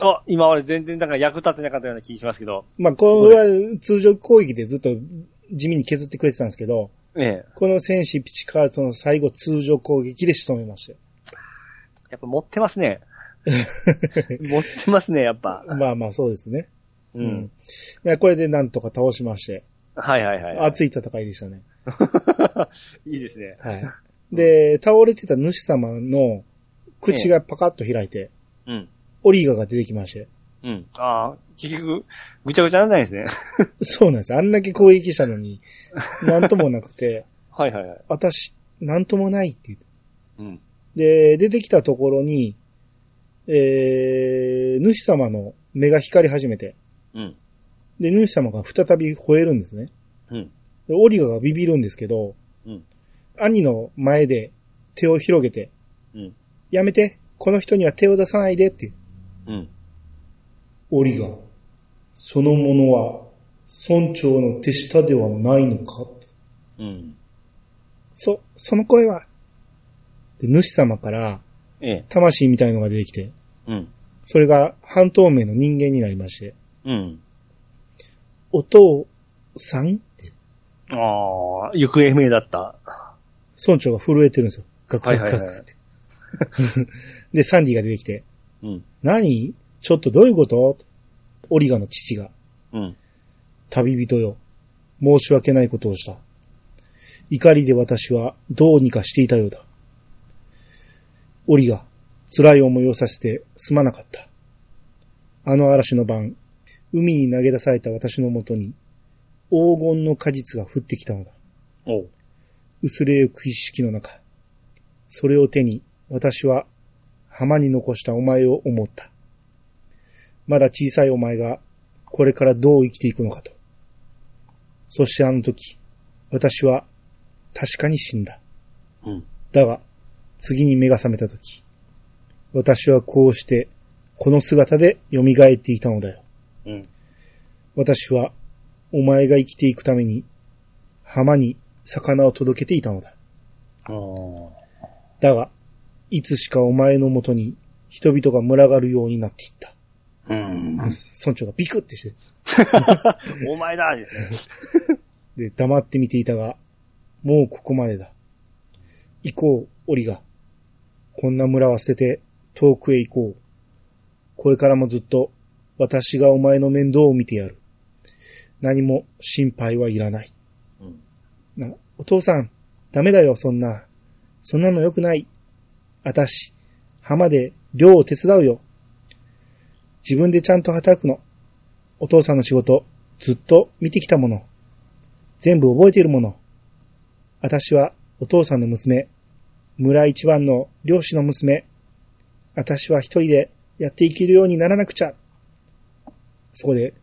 あ、今俺全然なんか役立てなかったような気がしますけど。まあ、これは通常攻撃でずっと地味に削ってくれてたんですけど、ねえ。この戦士ピチカードの最後通常攻撃で仕留めましたよやっぱ持ってます *laughs* ね。持ってますね、やっぱ。まあまあそうですね。う。。うんまあこれでなんとか倒しまして、はいはいはい。熱い戦いでしたね。 *laughs* いいですね。はい。 *laughs* で、倒れてた主様の口がパカッと開いて、うん。オリガが出てきまして。うん。ああ、結局、ぐちゃぐちゃならないですね。そうなんです。あんだけ攻撃したのに、なんともなくて、はいはいはい。私、なんともないって言って。うん。で、出てきたところに、えー、主様の目が光り始めて、うん。で、主様が再び吠えるんですね。うん。でオリガがビビるんですけど、うん兄の前で手を広げて、うんやめて、この人には手を出さないでって。うん。オリガ、そのものは村長の手下ではないのかってうん。そ、その声は。で主様からええ。魂みたいのが出てきて、うん。それが半透明の人間になりまして、うん。お父さんってああ、行方不明だった。村長が震えてるんですよ。ガクガクガはいはいクはって。 *laughs* で、サンディが出てきて、うん。何ちょっとどういうことオリガの父が、うん。旅人よ。申し訳ないことをした。怒りで私はどうにかしていたようだ。オリガ、辛い思いをさせてすまなかった。あの嵐の晩、海に投げ出された私のもとに、黄金の果実が降ってきたのだ。おう。薄れゆく意識の中。それを手に、私は浜に残したお前を思った。まだ小さいお前が、これからどう生きていくのかと。そしてあの時、私は確かに死んだ。うん。だが、次に目が覚めた時、私はこうして、この姿で蘇っていたのだよ。うん。私は、お前が生きていくために、浜に魚を届けていたのだ。ああ。だが、いつしかお前のもとに人々が群がるようになっていった。うん。村長がビクってして、お前だですねで、黙って見ていたが、もうここまでだ。行こう、オリガ。こんな村は捨てて、遠くへ行こう。これからもずっと、私がお前の面倒を見てやる。何も心配はいらない。うん。な、お父さん、ダメだよ、そんな。そんなの良くない。あたし、浜で漁を手伝うよ。自分でちゃんと働くの。お父さんの仕事、ずっと見てきたもの。全部覚えているもの。あたしはお父さんの娘。村一番の漁師の娘。あたしは一人でやっていけるようにならなくちゃ。そこで、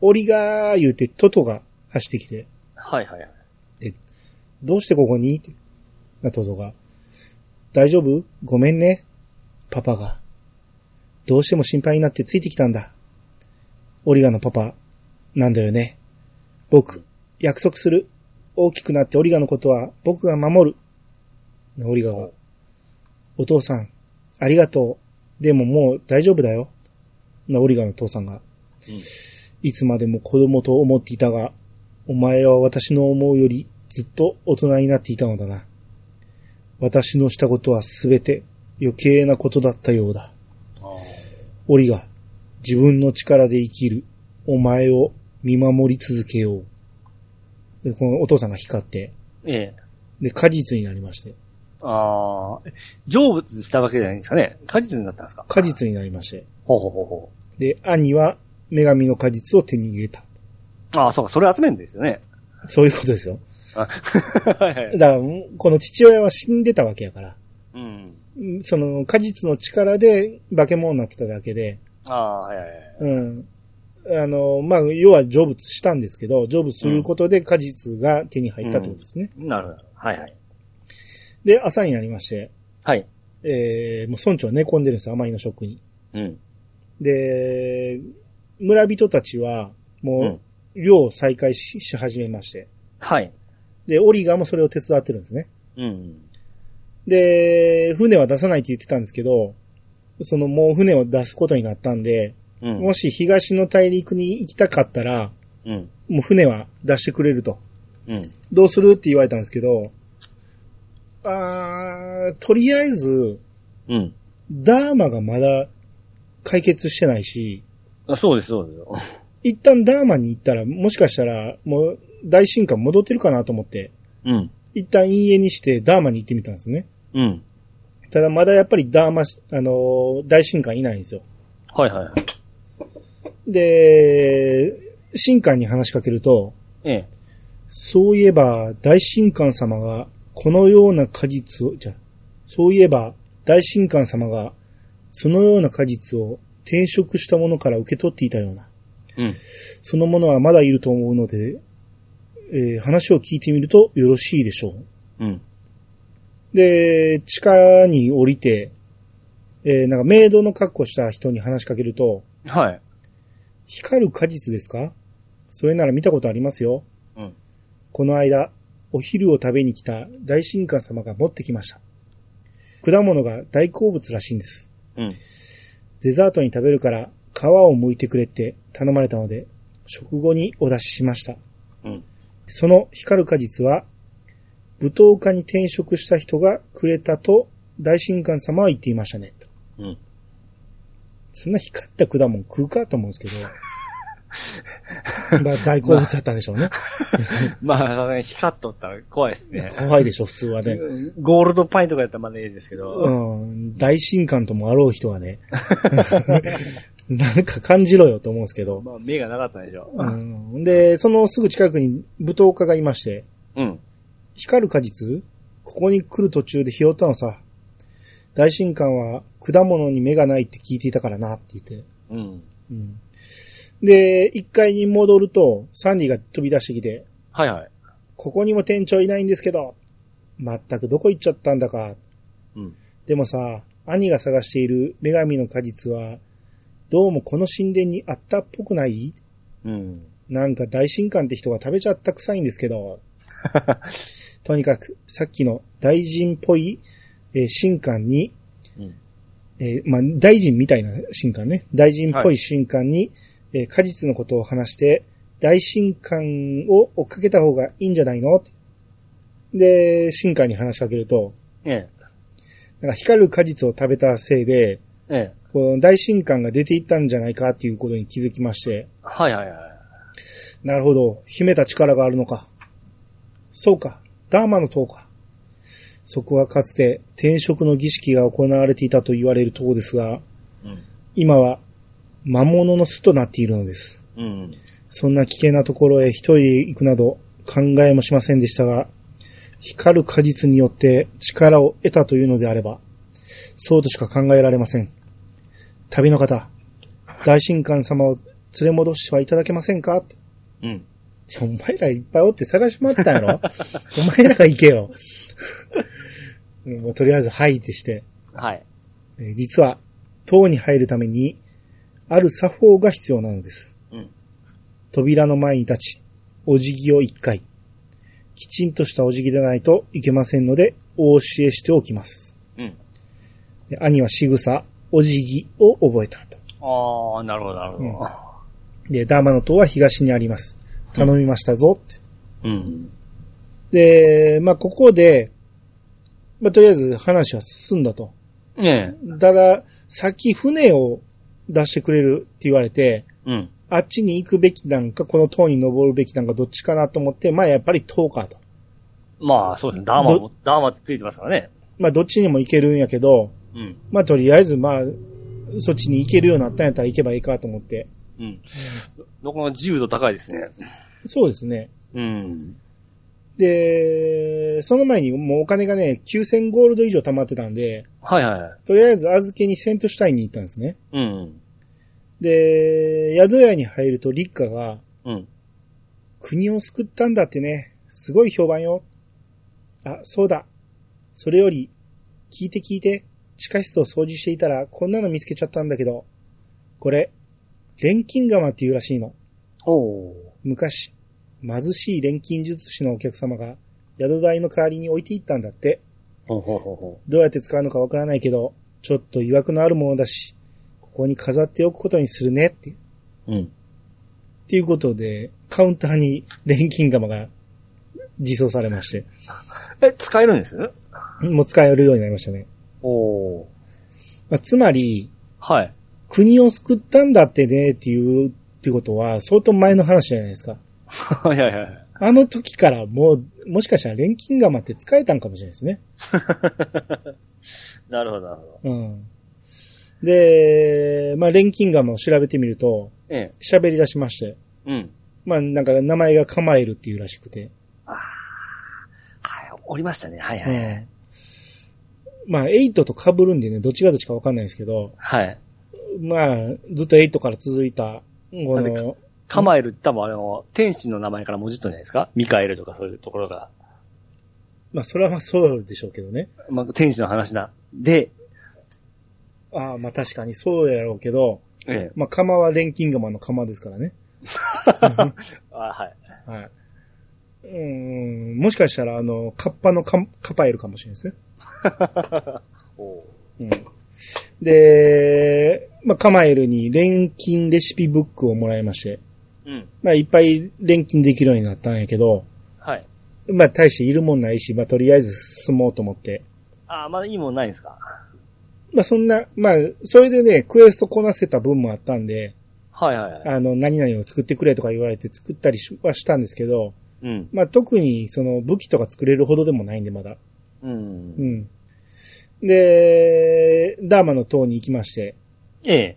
オリガー言うてトトが走ってきて、はいはいはい。どうしてここにってな、トトが。大丈夫ごめんね。パパが。どうしても心配になってついてきたんだ。オリガのパパ、なんだよね。僕、約束する。大きくなってオリガのことは僕が守る。オリガが。お父さん、ありがとう。でももう大丈夫だよ。な、オリガの父さんが。いつまでも子供と思っていたが、お前は私の思うよりずっと大人になっていたのだな。私のしたことはすべて余計なことだったようだ。ああ。オリが自分の力で生きるお前を見守り続けよう。で、このお父さんが光って、ええ。で、果実になりまして、ああ。成仏したわけじゃないんですかね。果実になったんですか果。実になりまして、ほうほうほうほで、兄は女神の果実を手に入れた。う。ああ、そうか。それ集めるんですよね。 *laughs* そういうことですよ。あはいはい。だから、この父親は死んでたわけやから、うん。うんその、果実の力で化け物になってただけで、ああ、はいはいはい。うん。あの、まあ、要は成仏したんですけど、成仏することで果実が手に入ったってことですね。なるほど。はいはい。で、朝になりまして、はい。えー、もう村長は寝込んでるんですよ、あまりのショックに。うん。で、村人たちは、うもんう、漁を再開しし始めまして。はい。で、オリガもそれを手伝ってるんですね。うん。で、船は出さないって言ってたんですけど、そのもう船を出すことになったんで、うん。もし東の大陸に行きたかったら、うん。もう船は出してくれると。うん。どうするって言われたんですけど、あー、とりあえず、うん。ダーマがまだ解決してないし、あそうです、そうです。一旦ダーマに行ったら、もしかしたら、もう大進化戻ってるかなと思って、うん。一旦陰影にしてダーマに行ってみたんですね。うん。ただまだやっぱりダーマし、あのー大進化いないんですよ。はいはいはい。で、神官に話しかけると、ええ。そういえば、大神官様が、このような果実を、じゃあ、そういえば、大神官様が、そのような果実を転職したものから受け取っていたような。うん。そのものはまだいると思うので、えー話を聞いてみるとよろしいでしょう。うん。で、地下に降りて、えーなんかメイドの格好した人に話しかけると、はい。光る果実ですかそれなら見たことありますよ。うん。この間、お昼を食べに来た大神官様が持ってきました。果物が大好物らしいんです。うん。デザートに食べるから皮を剥いてくれって頼まれたので、食後にお出ししました。うん。その光る果実は、舞踏家に転職した人がくれたと大神官様は言っていましたね。とうん。そんな光った果物食うかと思うんですけ *laughs* ど。まあ大好物だったんでしょうね。まあ、さすがに光っとったら怖いですね。怖いでしょ、普通はね。ゴールドパイとかやったらまだいいですけど。うん、大神官ともあろう人はね、 *laughs* なんか感じろよと思うんですけど。まあ、目がなかったでしょ。うん、で、そのすぐ近くに舞踏家がいまして、うん。光る果実ここに来る途中で拾ったのさ。大神官は果物に目がないって聞いていたからなって言って。うん。うん、で、一階に戻ると、サンディが飛び出してきて、はいはい。ここにも店長いないんですけど、まったくどこ行っちゃったんだか、うん。でもさ、兄が探している女神の果実は、どうもこの神殿にあったっぽくないうん。なんか大神官って人が食べちゃった臭いんですけ *laughs* ど。とにかく、さっきの大臣っぽい、えー神官に、うん。えーまあ、大臣みたいな神官ね。大臣っぽい神官に、えー果実のことを話して、大神官を追っかけた方がいいんじゃないので、神官に話しかけると、えなんか光る果実を食べたせいで、え。ええ。この大神官が出ていったんじゃないかっていうことに気づきまして、はいはいはい。なるほど、秘めた力があるのか。そうか、ダーマの塔か。そこはかつて転職の儀式が行われていたと言われる塔ですが、うん。今は魔物の巣となっているのです。うん。そんな危険なところへ一人で行くなど考えもしませんでしたが、光る果実によって力を得たというのであれば、そうとしか考えられません。旅の方、大神官様を連れ戻してはいただけませんかってうん。いやお前らいっぱいおって探し回ってたんや *laughs* ろお前らが行けよ。うんもうとりあえず、はいってして。はい。えー実は、塔に入るために、ある作法が必要なのです。うん。扉の前に立ち、お辞儀を一回。きちんとしたお辞儀でないといけませんので、お教えしておきます。うん。で兄は仕草、お辞儀を覚えたと。ああ、なるほど、なるほで、ダーマの塔は東にあります。頼みましたぞって。ど。うん。で、まあ、ここで、まあ、とりあえず話は進んだと。ねただ、さっき船を出してくれるって言われて、え。うん。あっちに行くべきなんか、この塔に登るべきなんか、どっちかなと思って、まあ、やっぱり塔かと。まあ、そうですね。ダーマも、ダーマってついてますからね。まあ、どっちにも行けるんやけど、うん。まあ、とりあえず、まあ、そっちに行けるようになったんやったら行けばいいかと思って。うん。どこの自由度高いですね。そうですね。うん。で、その前にもうお金がね、9000ゴールド以上貯まってたんで、はいはいはい。とりあえず預けにセントシュタインに行ったんですね。うん。で、宿屋に入ると立花が、うん。国を救ったんだってね、すごい評判よ。あ、そうだ。それより、聞いて聞いて、地下室を掃除していたらこんなの見つけちゃったんだけど、これ、錬金釜っていうらしいの。おう昔、貧しい錬金術師のお客様が宿代の代わりに置いていったんだって。ほうほうほうほどうやって使うのかわからないけど、ちょっと曰くのあるものだし、ここに飾っておくことにするねって。っう。うん。ていうことで、カウンターに錬金釜が自走されまして、え、使えるんですもう使えるようになりましたね。おうまあ、つまり、はい。国を救ったんだってねっていう、ってことは、相当前の話じゃないですか。 *laughs* はいはいはい。あの時からもう、もしかしたら錬金釜って使えたんかもしれないですね。なるほどなるほど。うん。で、まあ、錬金釜を調べてみると、え喋り出しまして、え。うん。まあ、なんか名前がカマエルっていうらしくて、はい、おりましたね。はいはういはい。ん。まあ、エイトと被るんでね、どっちがどっちかわかんないですけど、はい。まあ、ずっとエイトから続いた、こなんでの、カマエル多分あの、天使の名前からもじっとんじゃないですかミカエルとかそういうところが。まあ、それはまあそうでしょうけどね。まあ、天使の話だ。で、ああ、まあ確かにそうやろうけど、ええ。まあ、釜は錬金釜の釜ですから *laughs* ね。あはい。はい。うーん、もしかしたら、あの、カッパのカカパエルかもしれないですね。おううん。で、まあ、カマエルに錬金レシピブックをもらいまして、うん。まあ、いっぱい錬金できるようになったんやけど、はい。まあ、大しているもんないし、まあ、とりあえず進もうと思って。あまだいいもんないんですかまあ、そんな、まあ、それでね、クエストこなせた分もあったんで、はいはいはい。あの、何々を作ってくれとか言われて作ったりしはしたんですけど、うん。まあ、特にその武器とか作れるほどでもないんで、まだ。う。うんん。で、ダーマの塔に行きまして、ええ。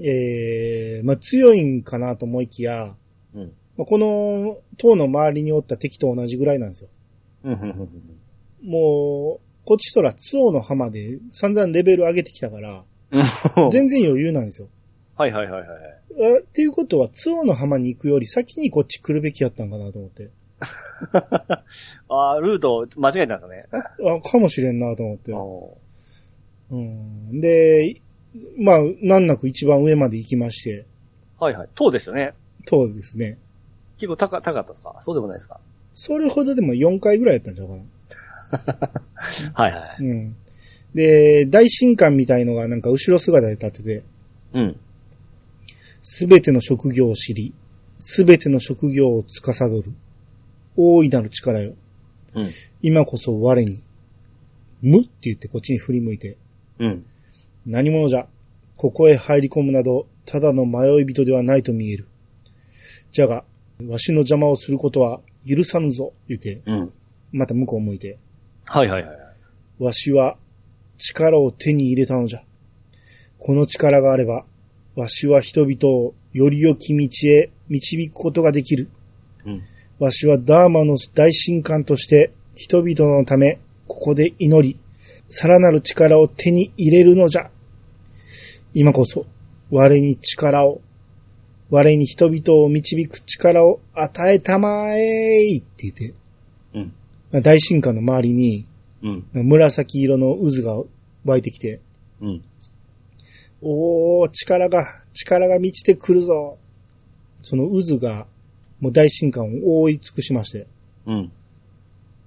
えー、まあ、強いんかなと思いきや、うん。まあ、この塔の周りにおった敵と同じぐらいなんですよ。うんうんうんうん。もう、こっちとらツオの浜で散々レベル上げてきたから、全然余裕なんですよ。 *laughs* はいはいはいはい。えっていうことは、ツオの浜に行くより先にこっち来るべきやったんかなと思って。ああ、ルート間違えたんですかね。あ、かもしれんなと思って。おうんで、まあ、難なく一番上まで行きまして、うはいはい。塔ですよね。とですね。結構高高かったですかそうでもないですかそれほどでも4回ぐらいやったんちゃうかな。はいはい。うん。で、大神官みたいのがなんか後ろ姿で立ってて、うん。すべての職業を知り、すべての職業を司る。大いなる力よ。うん。今こそ我に。無って言ってこっちに振り向いて、うん。何者じゃ。ここへ入り込むなど、ただの迷い人ではないと見える。じゃが、わしの邪魔をすることは許さぬぞ、言うて、うん。また向こう向いて、はいはいはい。わしは力を手に入れたのじゃ。この力があれば、わしは人々をより良き道へ導くことができる。うん。わしはダーマの大神官として、人々のため、ここで祈り、さらなる力を手に入れるのじゃ。今こそ、我に力を、我に人々を導く力を与えたまえいって言ってうん。、大神官の周りに、うん。紫色の渦が湧いてきて、うん。おー、力が、力が満ちてくるぞ。その渦が、もう大神官を覆い尽くしまして、うん。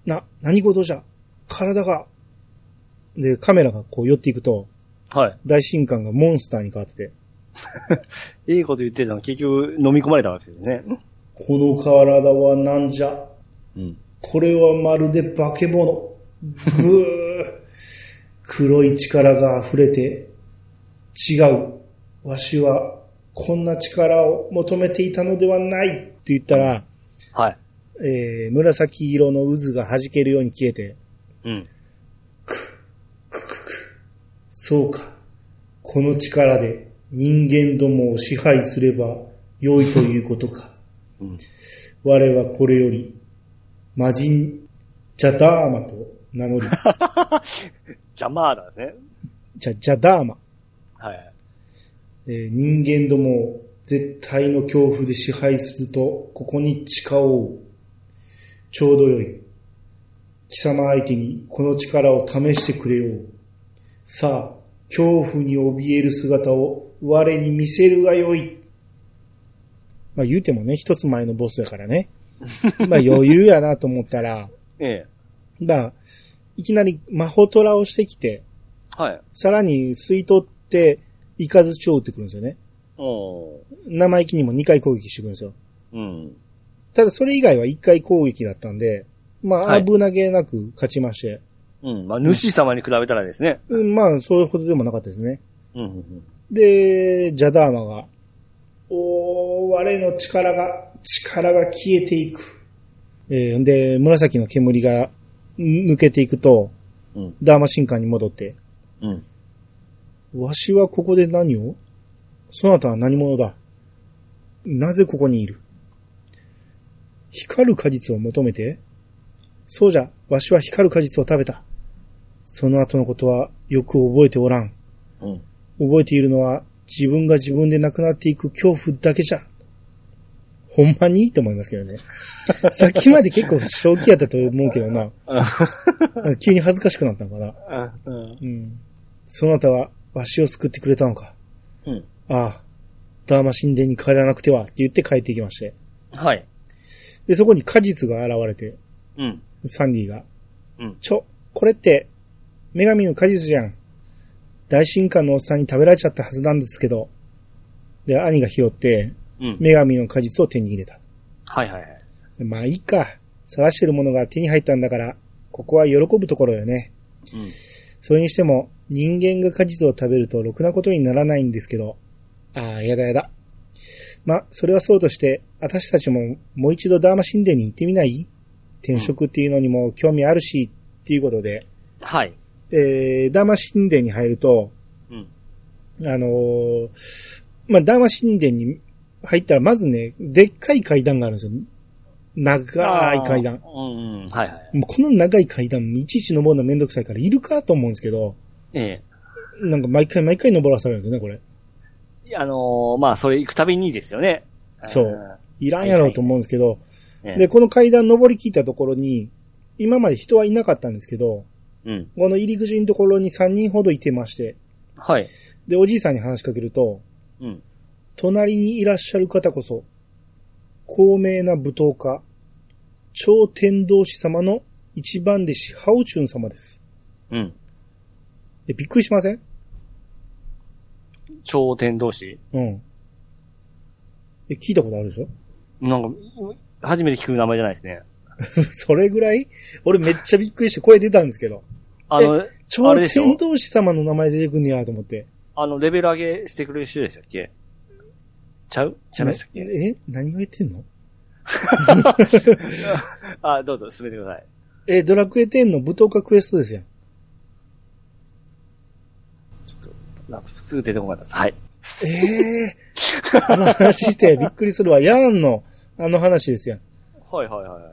な、何事じゃ体が。で、カメラがこう寄っていくと、はい。大神官がモンスターに変わってて、いいこと言ってたの、結局飲み込まれたわけですね。この体はなんじゃうん。これはまるで化け物。ぐー。黒い力が溢れて、違う。わしは、こんな力を求めていたのではないって言ったら、はい。えー、紫色の渦が弾けるように消えて、うん。そうか。この力で人間どもを支配すれば良いということか。うん。我はこれより、魔人、ジャダーマと名乗り、ジャマーダですね。じゃ、ジャダーマ、はい。えー人間どもを絶対の恐怖で支配すると、ここに誓おう。ちょうどよい。貴様相手にこの力を試してくれよう。さあ、恐怖に怯える姿を我に見せるがよい。まあ言うてもね、一つ前のボスだからね。まあ余裕やなと思ったら、ええ。まあ、いきなり魔法虎をしてきて、はい。さらに吸い取って、イカズチを打ってくるんですよね。おー生意気にも2回攻撃してくるんですよ。うん。ただそれ以外は1回攻撃だったんで、まはあい危なげなく勝ちまして、うん。まあ、主様に比べたらですね。うんまあそういうほどでもなかったですね。うんうんうん。で、ジャダーマが、おー、我の力が、力が消えていく。えーで、紫の煙が抜けていくと、うんダーマ神官に戻って、うん。わしはここで何をそなたは何者だなぜここにいる光る果実を求めてそうじゃ、わしは光る果実を食べた。その後のことはよく覚えておらん。うん。覚えているのは自分が自分でなくなっていく恐怖だけじゃ。ほんまにいいと思いますけどね。さっきまで結構正気やったと思うけどな。なんか急に恥ずかしくなったのかな。うん。そなたはわしを救ってくれたのか。うん。ああ、ダーマ神殿に帰らなくてはって言って帰っていきまして。はい。で、そこに果実が現れて、うん。サンディが。うんちょ、これって、女神の果実じゃん。大神官のおっさんに食べられちゃったはずなんですけど。で、兄が拾って、うん。女神の果実を手に入れた。はいはいはい。でまあいいか。探してるものが手に入ったんだから、ここは喜ぶところよね。うん。それにしても、人間が果実を食べるとろくなことにならないんですけど。ああ、やだやだ。ま、それはそうとして、私たちももう一度ダーマ神殿に行ってみない転職っていうのにも興味あるし、っていうことで、はい。えー、ダーマ神殿に入ると、うん。あのーまあ、ダーマ神殿に入ったら、まずね、でっかい階段があるんですよ。長い階段。うんうん。はいはい。もうこの長い階段、いちいち登るのめんどくさいから、いるかと思うんですけど、ええ。なんか毎回毎回登らされるんですよね、これ。あのーまあ、それ行くたびにですよね。そう。いらんやろうと思うんですけど、ええで、この階段登り切ったところに、今まで人はいなかったんですけど、うん。この入り口のところに3人ほどいてまして、はい。で、おじいさんに話しかけると、うん。隣にいらっしゃる方こそ、高名な舞踏家、超天道師様の一番弟子、ハオチュン様です。うん。え、びっくりしません超天同士。うん。え、聞いたことあるでしょ *laughs* なんか、初めて聞く名前じゃないですね。それぐらい俺めっちゃびっくりして声出たんですけど、あの、超あれでしょ天道師様の名前出てくんねやと思って。あの、レベル上げしてくれる人でしたっけちゃうちゃいましたっけえ何を言ってんの *laughs* あ、どうぞ、進めてください。え、ドラクエ10の舞踏家クエストですよ。ちょっと、なんかすぐ出てこなかったです。はい。ええ *laughs* ー。マジでびっくりするわ。ヤーンのあの話ですよ。はいはいはい。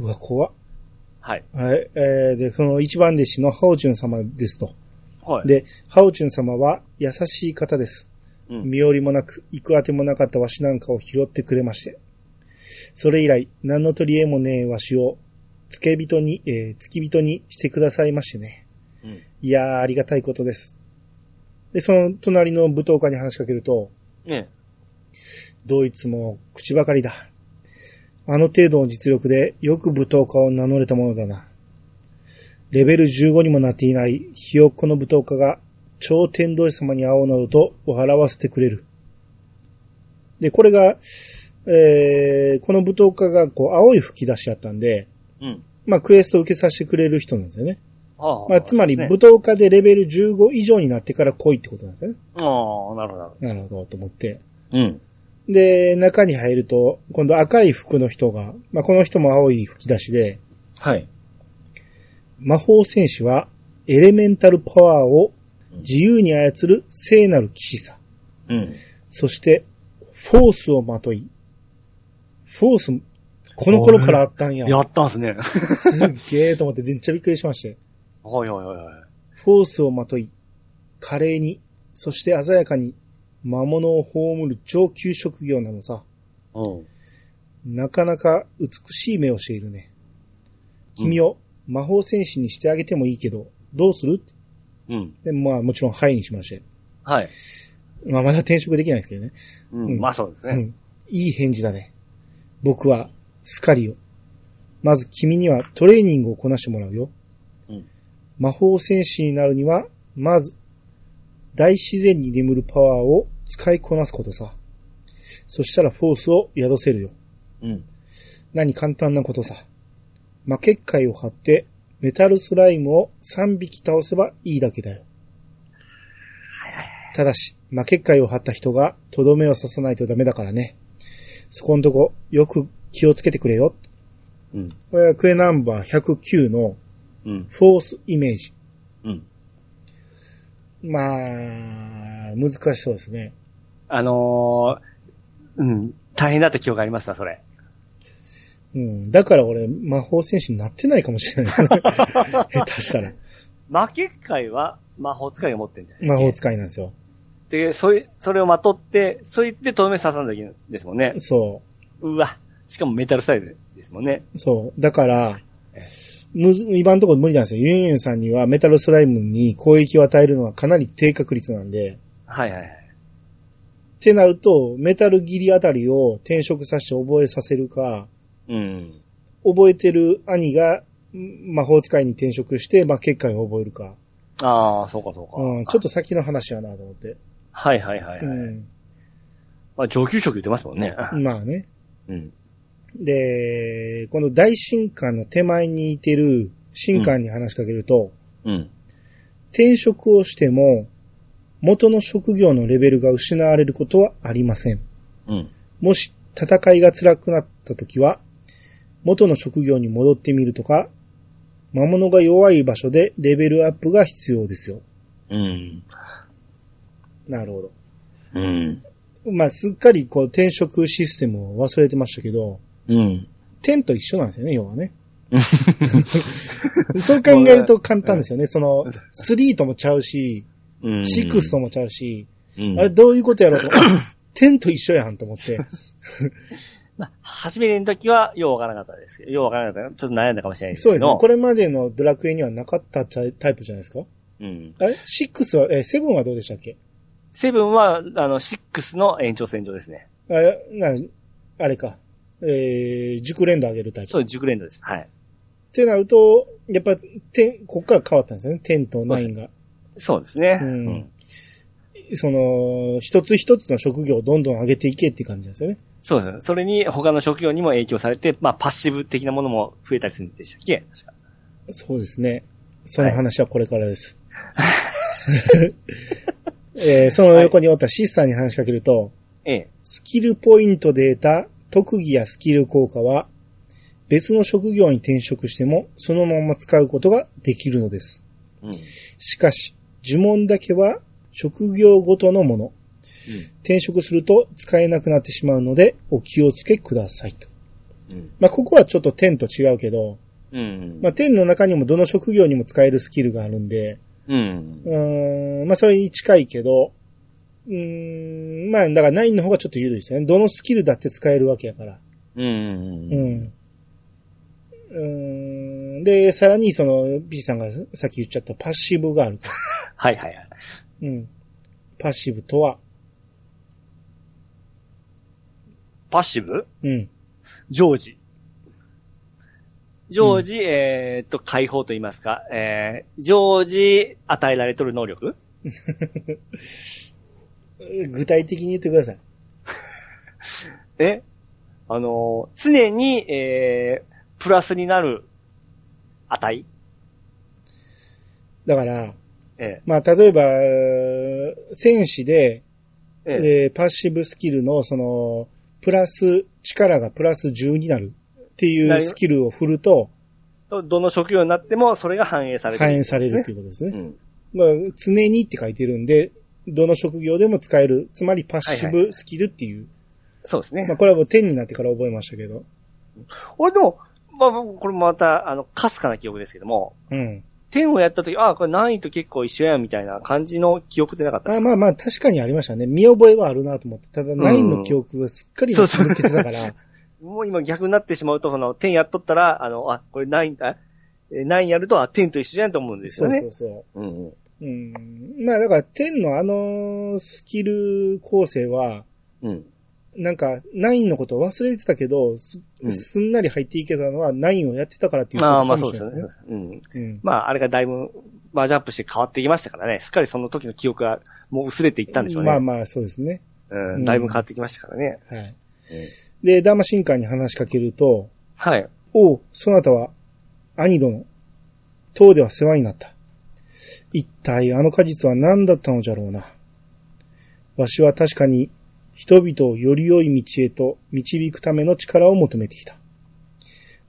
うわ、怖っ。はい。はい。えー、で、その一番弟子のハオチュン様ですと。はい。で、ハオチュン様は優しい方です。うん身寄りもなく、行くあてもなかったわしなんかを拾ってくれまして。それ以来、何の取り柄もねえわしを、付け人に、えー、付き人にしてくださいましてね。うんいやー、ありがたいことです。で、その隣の舞踏家に話しかけると、ねどいつも口ばかりだ。あの程度の実力でよく舞踏家を名乗れたものだな。レベル15にもなっていないひよっこの舞踏家が超天道様に会おうなどと笑わせてくれる。で、これが、えー、この舞踏家がこう青い吹き出しやったんで、うん。まあクエストを受けさせてくれる人なんですよね。はあはあまあつまりね舞踏家でレベル15以上になってから来いってことなんですよね。ああ、なるほどなるほなるほど、と思って。ど。うん。で、中に入ると、今度赤い服の人が、まあ、この人も青い吹き出しで、はい。魔法戦士はエレメンタルパワーを自由に操る聖なる騎士さ。うん。そして、フォースをまとい、フォース、この頃からあったんや。やったんすね。 *laughs* すっげえと思ってめっちゃびっくりしまして。はいはいはいはい。フォースをまとい、華麗に、そして鮮やかに、魔物を葬る上級職業なのさ。うん。なかなか美しい目をしているね。君を魔法戦士にしてあげてもいいけど、どうするうん。で、まあもちろんはいにしまして。はい。まあまだ転職できないですけどね。うん。うんまあそうですうね。ん。いい返事だね。僕は、スカリオ。まず君にはトレーニングをこなしてもらうよ。うん魔法戦士になるには、まず、大自然に眠るパワーを使いこなすことさ。そしたらフォースを宿せるよ。うん。何簡単なことさ。魔結界を張って、メタルスライムを3匹倒せばいいだけだよ。ただし、魔結界を張った人がとどめを刺さないとダメだからね。そこんとこ、よく気をつけてくれよ。うん。これはクエナンバー109のうん。フォースイメージ。うん。まあ、難しそうですね。あのー、うん。大変だった記憶ありますな、それ。うん。だから俺、魔法戦士になってないかもしれない。下手したら。魔結界は魔法使いが持ってるんだよね魔法使いなんですよ。で、それ、それをまとって、そいつでとどめ刺さんだけですもんね。そう。うわ。しかもメタルサイズですもんね。そう。だからえ、むず、今のところ無理なんですよ。ユンユンさんにはメタルスライムに攻撃を与えるのはかなり低確率なんで、はいはいはっい。てなると、メタルギリあたりを転職させて覚えさせるか、うん。覚えてる兄がん魔法使いに転職して、まあ、結界を覚えるか。ああ、そうかそうか。うん、ちょっと先の話やなと思って。はいはいはい、はいうん。まあ上級職言ってますもんね。まあね。うん。で、この大神官の手前にいてる神官に話しかけると、うん。転職をしても、元の職業のレベルが失われることはありません。うん。もし戦いが辛くなった時は、元の職業に戻ってみるとか、魔物が弱い場所でレベルアップが必要ですよ。うん。なるほうん。ど。まあ、すっかりこう転職システムを忘れてましたけど、うん。点と一緒なんですよね、要は *laughs* ね。そう考えると簡単ですよね。その、3ともちゃうし、うん。 6ともちゃうし、うん、あれどういうことやろう *laughs* と。天と一緒やんと思って。まあ、初めての時は、ようわからなかったですけど、ようわからなかった。ちょっと悩んだかもしれないですけそうど。ですね。これまでのドラクエにはなかったタイタイプじゃないですかうん。あれ ?6 は、えー、7はどうでしたっけセブンは、あの、シックスの延長線上ですね。あな、あれか。えー、熟練度上げるタイプ。そう、熟練度です。はい。ってなると、やっぱ、天、こっから変わったんですよね。天とナインが。そうですね。うんその、一つ一つの職業をどんどん上げていけっていう感じなんですよね。そうですね。それに、他の職業にも影響されて、まあ、パッシブ的なものも増えたりするんでしたっけ確かそうですね。その話はこれからです。 *laughs* えーその横におったシスターに話しかけると、ええ。スキルポイントで得た特技やスキル効果は、別の職業に転職しても、そのまま使うことができるのです。うん。うん。しかし、呪文だけは、職業ごとのもの。転職すると使えなくなってしまうので、お気をつけくださいと。うん。まあ、ここはちょっと天と違うけど、うん。まあ、天の中にもどの職業にも使えるスキルがあるんで、うんう。ーん、まあ、それに近いけど、うーん、まあ、だから9の方がちょっと緩いですよね。どのスキルだって使えるわけやから。うん。うん。うーん。で、さらに、その、B さんがさっき言っちゃったパッシブがあるから。はいはいはい。うん。パッシブとは、パッシブうん。常時。常時、えーっと、解放と言いますか、えー、常時与えられとる能力具体的に言ってください。えあのー、常に、えー、プラスになる値だから、えまあ、例えばえー、戦士で、ええええーパッシブスキルの、その、プラス、力がプラス10になるっていうスキルを振ると、とどの職業になってもそれが反映されて反映されるとということですね。うん。まあ、常にって書いてるんで、どの職業でも使える。つまり、パッシブスキルっていう。そうですね。まあ、これはもう天になってから覚えましたけど。俺でも、まあ、僕これまた、あの、かすかな記憶ですけども、うん。 10をやった時、ああ、これ難易と結構一緒やんみたいな感じの記憶でなかったであすかまあまあ、確かにありましたね。見覚えはあるなと思って。ただ、9の記憶がすっかりそうそう抜けてたから。もう今逆になってしまうと、その、10やっとったら、あの、あ、これ9、あえー9やると、あ、10と一緒じゃんと思うん *laughs* ですそようね。そうそうんうん。う。うん。まあだから、10のあのスキル構成は、うん。なんか、9のこと忘れてたけど、す,、うんん、なり入っていけたのは9をやってたからっていうこまあとまかあそもうしでれすなよいでねすね。。ううん。ん。まああれがだいぶ、バージョンアップして変わってきましたからね。すっかりその時の記憶がもう薄れていったんでしょうね。まあまあ、そうですね。う。うんんだいぶ変わってきましたからね。はい。うんで、ダーマ神官に話しかけると、はい。おう、そなたは、兄殿。唐では世話になった。一体あの果実は何だったのじゃろうな。わしは確かに、人々をより良い道へと導くための力を求めてきた。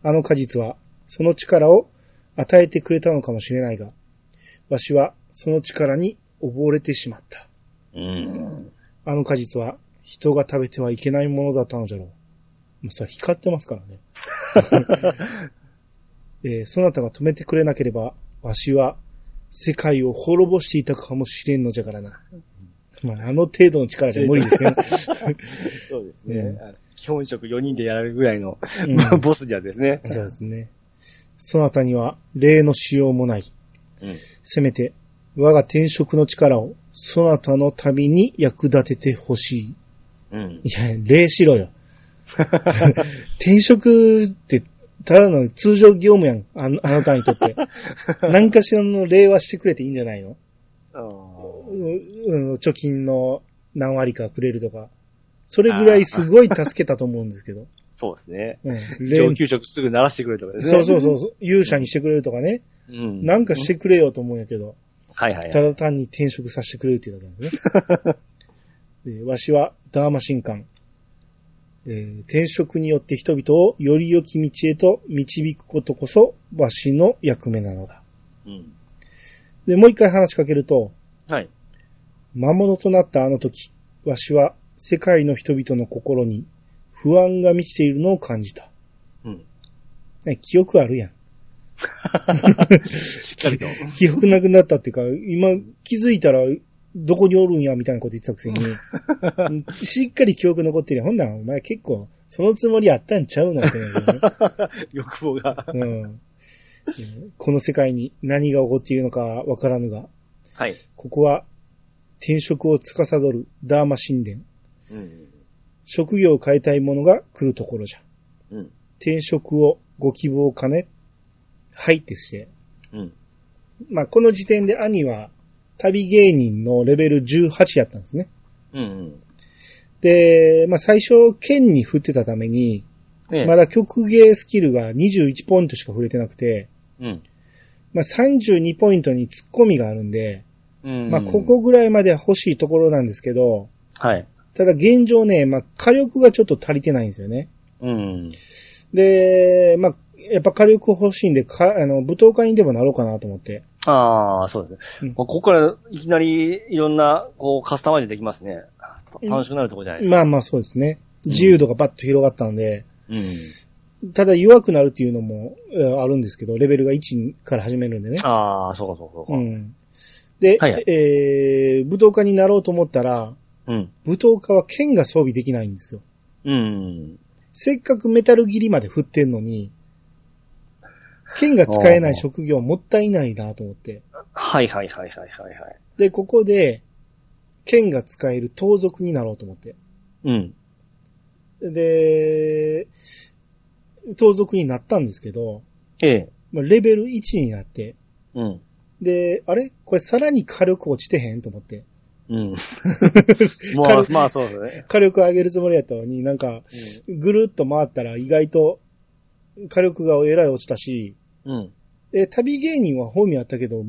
あの果実は、その力を与えてくれたのかもしれないが、わしはその力に溺れてしまった。うん。あの果実は人が食べてはいけないものだったのじゃろう。もうそれ光ってますからね。えーそなたが止めてくれなければ、わしは世界を滅ぼしていたかもしれんのじゃからな。まあ、あの程度の力じゃ無理ですけど、そうですね。あの基本職4人でやるぐらいの、うんまあ *laughs* ボスじゃですね。そうですね。そなたには礼のしようもない。うんせめて、我が転職の力を、そなたの旅に役立ててほしい。うん。いや、礼しろよ。転職って、ただの通常業務やん。あの、あなたにと *laughs* って。何かしらの礼はしてくれていいんじゃないのううん、貯金の何割かくれるとか。それぐらいすごい助けたと思うんですけど。そうですね。うん、礼上級職すぐ鳴らしてくれとかですね。そうそうそうそう、勇者にしてくれるとかね。うん。なんかしてくれよと思うんやけど、はいはいはたい。だ単に転職させてくれるっていうだけなんですね。でわしは、ダーマ神官。えー転職によって人々をより良き道へと導くことこそ、わしの役目なのだ。うん。で、もう一回話しかけると、はい。魔物となったあの時、わしは世界の人々の心に不安が満ちているのを感じた。うん。ね、記憶あるやん。しっかりと。記憶なくなったっていうか、今気づいたら、どこにおるんや、みたいなこと言ってたくせに、しっかり記憶残ってるやん。ほんなら、お前結構、そのつもりあったんちゃうのって *laughs* 欲望が。ね、うん。この世界に何が起こっているのかわからぬが、はい。ここは、転職を司るダーマ神殿。うん。職業を変えたい者が来るところじゃ。うん。転職をご希望かねはいってして。うん。まあ、この時点で兄は、旅芸人のレベル18やったんですね。うん。で、まあ、最初、剣に振ってたために、ねまだ曲芸スキルが21ポイントしか触れてなくて、うん。まあ、32ポイントに突っ込みがあるんで、うん。まあ、こ。こぐらいまでは欲しいところなんですけど、はい。ただ現状ね、まあ、火力がちょっと足りてないんですよね。うん。で、まあ、やっぱ火力欲しいんで、か、あの、舞踏家にでもなろうかなと思って。ああ、そうですね。うんまあここからいきなりいろんな、こう、カスタマイズできますね。楽しくなるとこじゃないですか。まあまあそうですね。自由度がバッと広がったんで、うん。ただ弱くなるっていうのもえーあるんですけど、レベルが1から始めるんでね。ああ、そうかそうかそうか。うん。で、はいはいえー、武闘家になろうと思ったら、うん。武闘家は剣が装備できないんですよ。うん。せっかくメタル切りまで振ってんのに、剣が使えない職業もったいないなと思って。はいはいはいはいはいはい。で、ここで、剣が使える盗賊になろうと思って。うん。で、盗賊になったんですけど、ええ。まあレベル1になって、うん。で、あれこれさらに火力落ちてへんと思って。うん。 *laughs* まあ、まあそうで火力上げるつもりやったのに、なんか、すね。ぐるっと回ったら意外と火力がえらい落ちたし、うん。え、旅芸人は本名あったけど、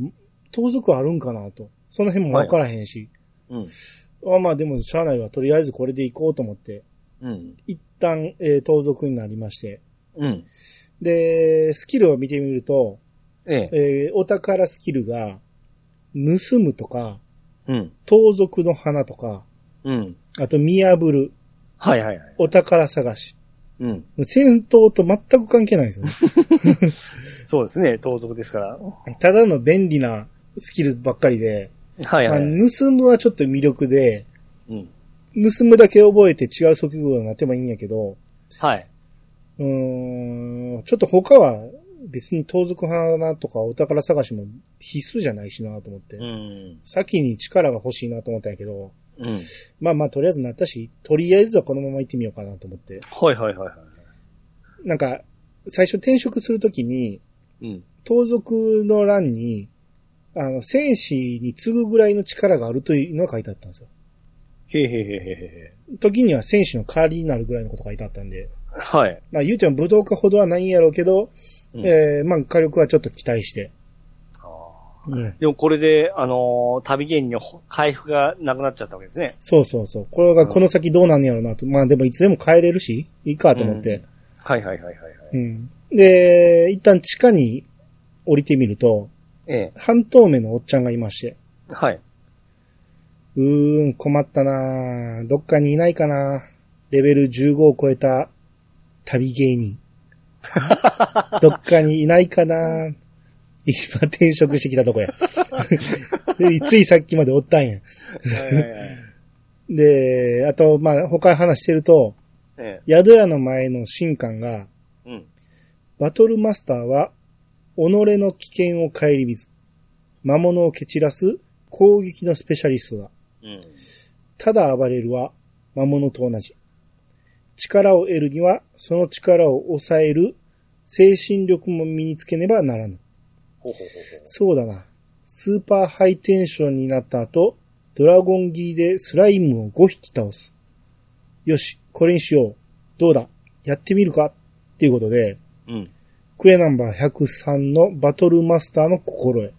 盗賊あるんかなと。その辺もわからへんし。うん。あまあでも、しゃあないわ。とりあえずこれで行こうと思って。うん。一旦、えー盗賊になりまして。うん。で、スキルを見てみると、ええ。えーお宝スキルが、盗むとか、うん。盗賊の花とか、うん。あと見破る、はいはいはい。お宝探し、うん。戦闘と全く関係ないんですよね。そうですね、盗賊ですから。ただの便利なスキルばっかりで、はいはい。まあ、盗むはちょっと魅力で、うん。盗むだけ覚えて違う職業になってもいいんやけど、はい。うーん、ちょっと他は別に盗賊派なとかお宝探しも必須じゃないしなと思って、うん。先に力が欲しいなと思ったんやけど、うん。まあまあとりあえずなったし、とりあえずはこのまま行ってみようかなと思って。はいはいはいはなんか、最初転職するときに、い。うん。盗賊の欄に、あの、戦士に次ぐぐらいの力があるというのが書いてあったんですよ。へへへへへ。時には戦士の代わりになるぐらいのことが書いてあったんで、はい。まあ言うても武道家ほどはないんやろうけど、うんえーまあ火力はちょっと期待して。うんでもこれで、あのー旅芸人の回復がなくなっちゃったわけですね。そうそうそう。これがこの先どうなんやろうなと。まあでもいつでも帰れるし、いいかと思って。はいはいはいはいはい。うんで、一旦地下に降りてみると、え半透明のおっちゃんがいまして。え。はい。うーん、困ったなぁどっかにいないかなぁレベル15を超えた旅芸人。どっかにいないかなぁ今転職してきたとこや。ついさっきまでおったんや。はいはいはい。 *laughs* で、あと、まあ、他話してると、え宿屋の前の神官が、え。うん。バトルマスターは、己の危険を顧みず、魔物を蹴散らす攻撃のスペシャリストだ。うん。ただ暴れるは魔物と同じ。力を得るには、その力を抑える精神力も身につけねばならぬ。ほうほうほうそうだな。スーパーハイテンションになった後、ドラゴン斬りでスライムを5匹倒す。よし、これにしよう。どうだやってみるかっていうことで、ほう。うん。クエナンバー103のバトルマスターの心得。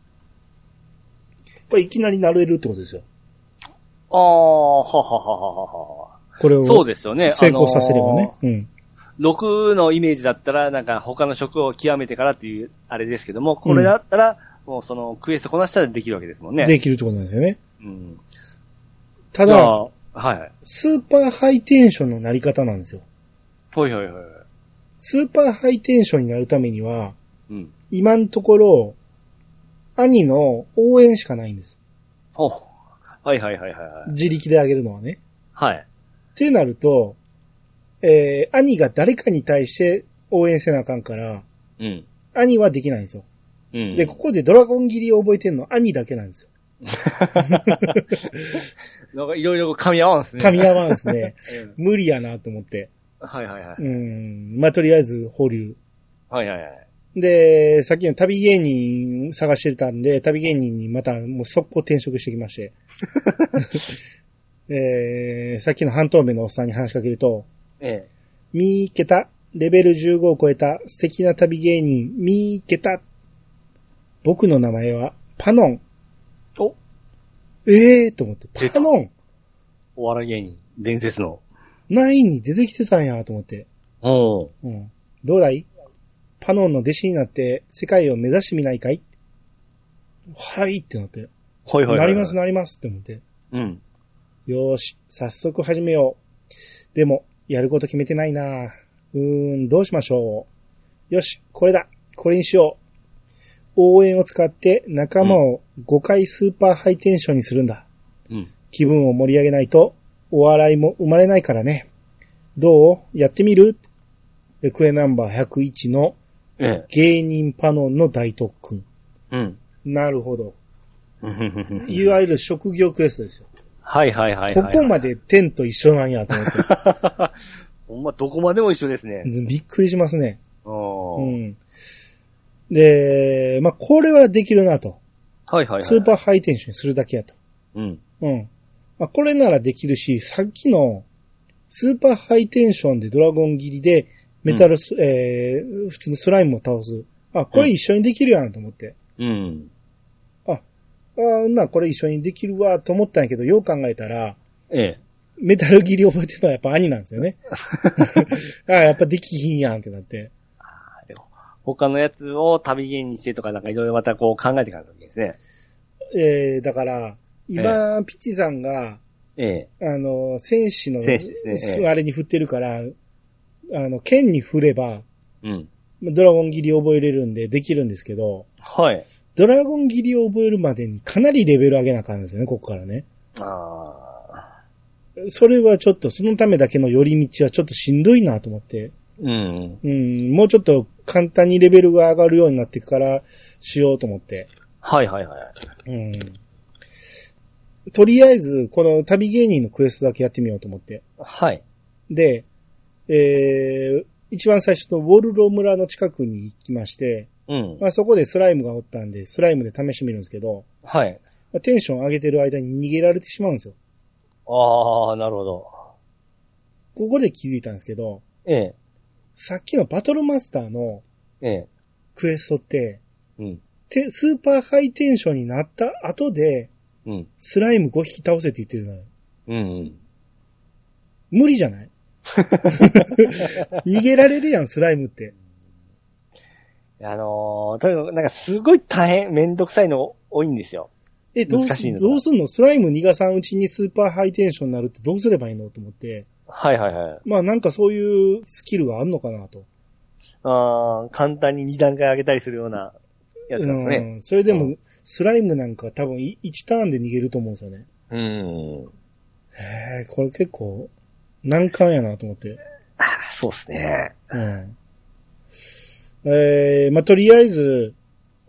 これいきなりなれるってことですよ。ああ、はははははは。これをそうですよね。成功させればね。あのー。6のイメージだったら、なんか他の職を極めてからっていう、あれですけども、これだったら、もうそのクエストこなしたらできるわけですもんうん。ね。できるってことなんですよね。うん。たじゃだ、あはい。スーパーハイテンションのなり方なんですよ。ほいほいほいほい。スーパーハイテンションになるためには、うん。今のところ、兄の応援しかないんです。ほう。はいはいはいはいはい。自力であげるのはね。はい。ってなると、えー、兄が誰かに対して応援せなあかんから、うん。兄はできないんですよ。うん。で、ここでドラゴン切りを覚えてんの兄だけなんですよ。なんかいろいろ噛み合わんすね。噛み合わんですね。うん無理やなと思って。。はいはいはいうん。まあ、とりあえず保留。はいはいはい。で、さっきの旅芸人探してたんで、旅芸人にまたもう速攻転職してきま *laughs* して。えー、さっきの半透明のおっさんに話しかけると、え見ーけた、レベル15を超えた素敵な旅芸人、見ーけた。僕の名前は、パノン。え。お、ええー、と思って、出たパノン、お笑い芸人、伝説の。 9に出てきてたんや、と思って。おううん。どうだいパノンの弟子になって、世界を目指してみないかいはいってなって。ほいほいほい。なります、。なりますって思って。うん。よーし、早速始めよう。でも、やること決めてないなうーん、どうしましょう。よし、これだ。これにしよう。応援を使って仲間を5回スーパーハイテンションにするんだ。うん。気分を盛り上げないと、お笑いも生まれないからね。どうやってみるレクエナンバー101のええ。芸人パノンの大特訓。うん。なるほど。うんうんうんうんいわゆる職業クエストですよ。はいはいはいはいこはい。こまで天と一緒なんやと思って。 *laughs* ほんま、どこまでも一緒ですね。びっくりしますね。ううん。ん。で、まあ、これはできるなと。はいはいはい。スーパーハイテンションにするだけやと。うん。うん。まあ、これならできるし、さっきの、スーパーハイテンションでドラゴン切りで、メタルス、えー、普通のスライムを倒す。あ、これ一緒にできるやんと思って。うん。あーな、これ一緒にできるわと思ったんやけど、よう考えたら、ええ。メタル切り覚えてたのはやっぱ兄なんですよね。 *laughs* *laughs* あーやっぱできひんやんってなって。他のやつを旅芸にしてとか、なんかいろいろまたこう考えてからわけですね。えー、だから、今、ピチさんが、ええ。あの、戦士の、戦士ですねええあれに振ってるから、あの、剣に振れば、うん。ドラゴン切り覚えれるんでできるんですけど、はい。ドラゴン切りを覚えるまでにかなりレベル上げなあかんですよね、ここからね。ああ。それはちょっと、そのためだけの寄り道はちょっとしんどいなと思って。うん。うん、もうちょっと簡単にレベルが上がるようになってからしようと思って。はいはいはい。うん。とりあえず、この旅芸人のクエストだけやってみようと思って。はい。で、えー、一番最初のウォルロ村の近くに行きまして、うん。まあそこでスライムがおったんで、スライムで試してみるんですけど、はい。まあテンション上げてる間に逃げられてしまうんですよ。ああ、なるほど。ここで気づいたんですけど、ええ。さっきのバトルマスターのええ。クエストって、うん。てスーパーハイテンションになった後で、うん。スライム5匹倒せって言ってるじゃない。うん。無理じゃない逃げられるやん、スライムって。あのー、とにかくなんかすごい大変、めんどくさいの多いんですよ。え、どう難しいすのかなどうすんのスライム逃がさんうちにスーパーハイテンションになるってどうすればいいのと思って。はいはいはい。まあなんかそういうスキルがあんのかなと。あー簡単に2段階上げたりするようなやつなんですうね。ん。それでうも、スライムなんか多分1ターンで逃げると思うんですよね。うん。へえ、これ結構難関やなと思って。あーそうですね。うん。えー、まあ、とりあえず、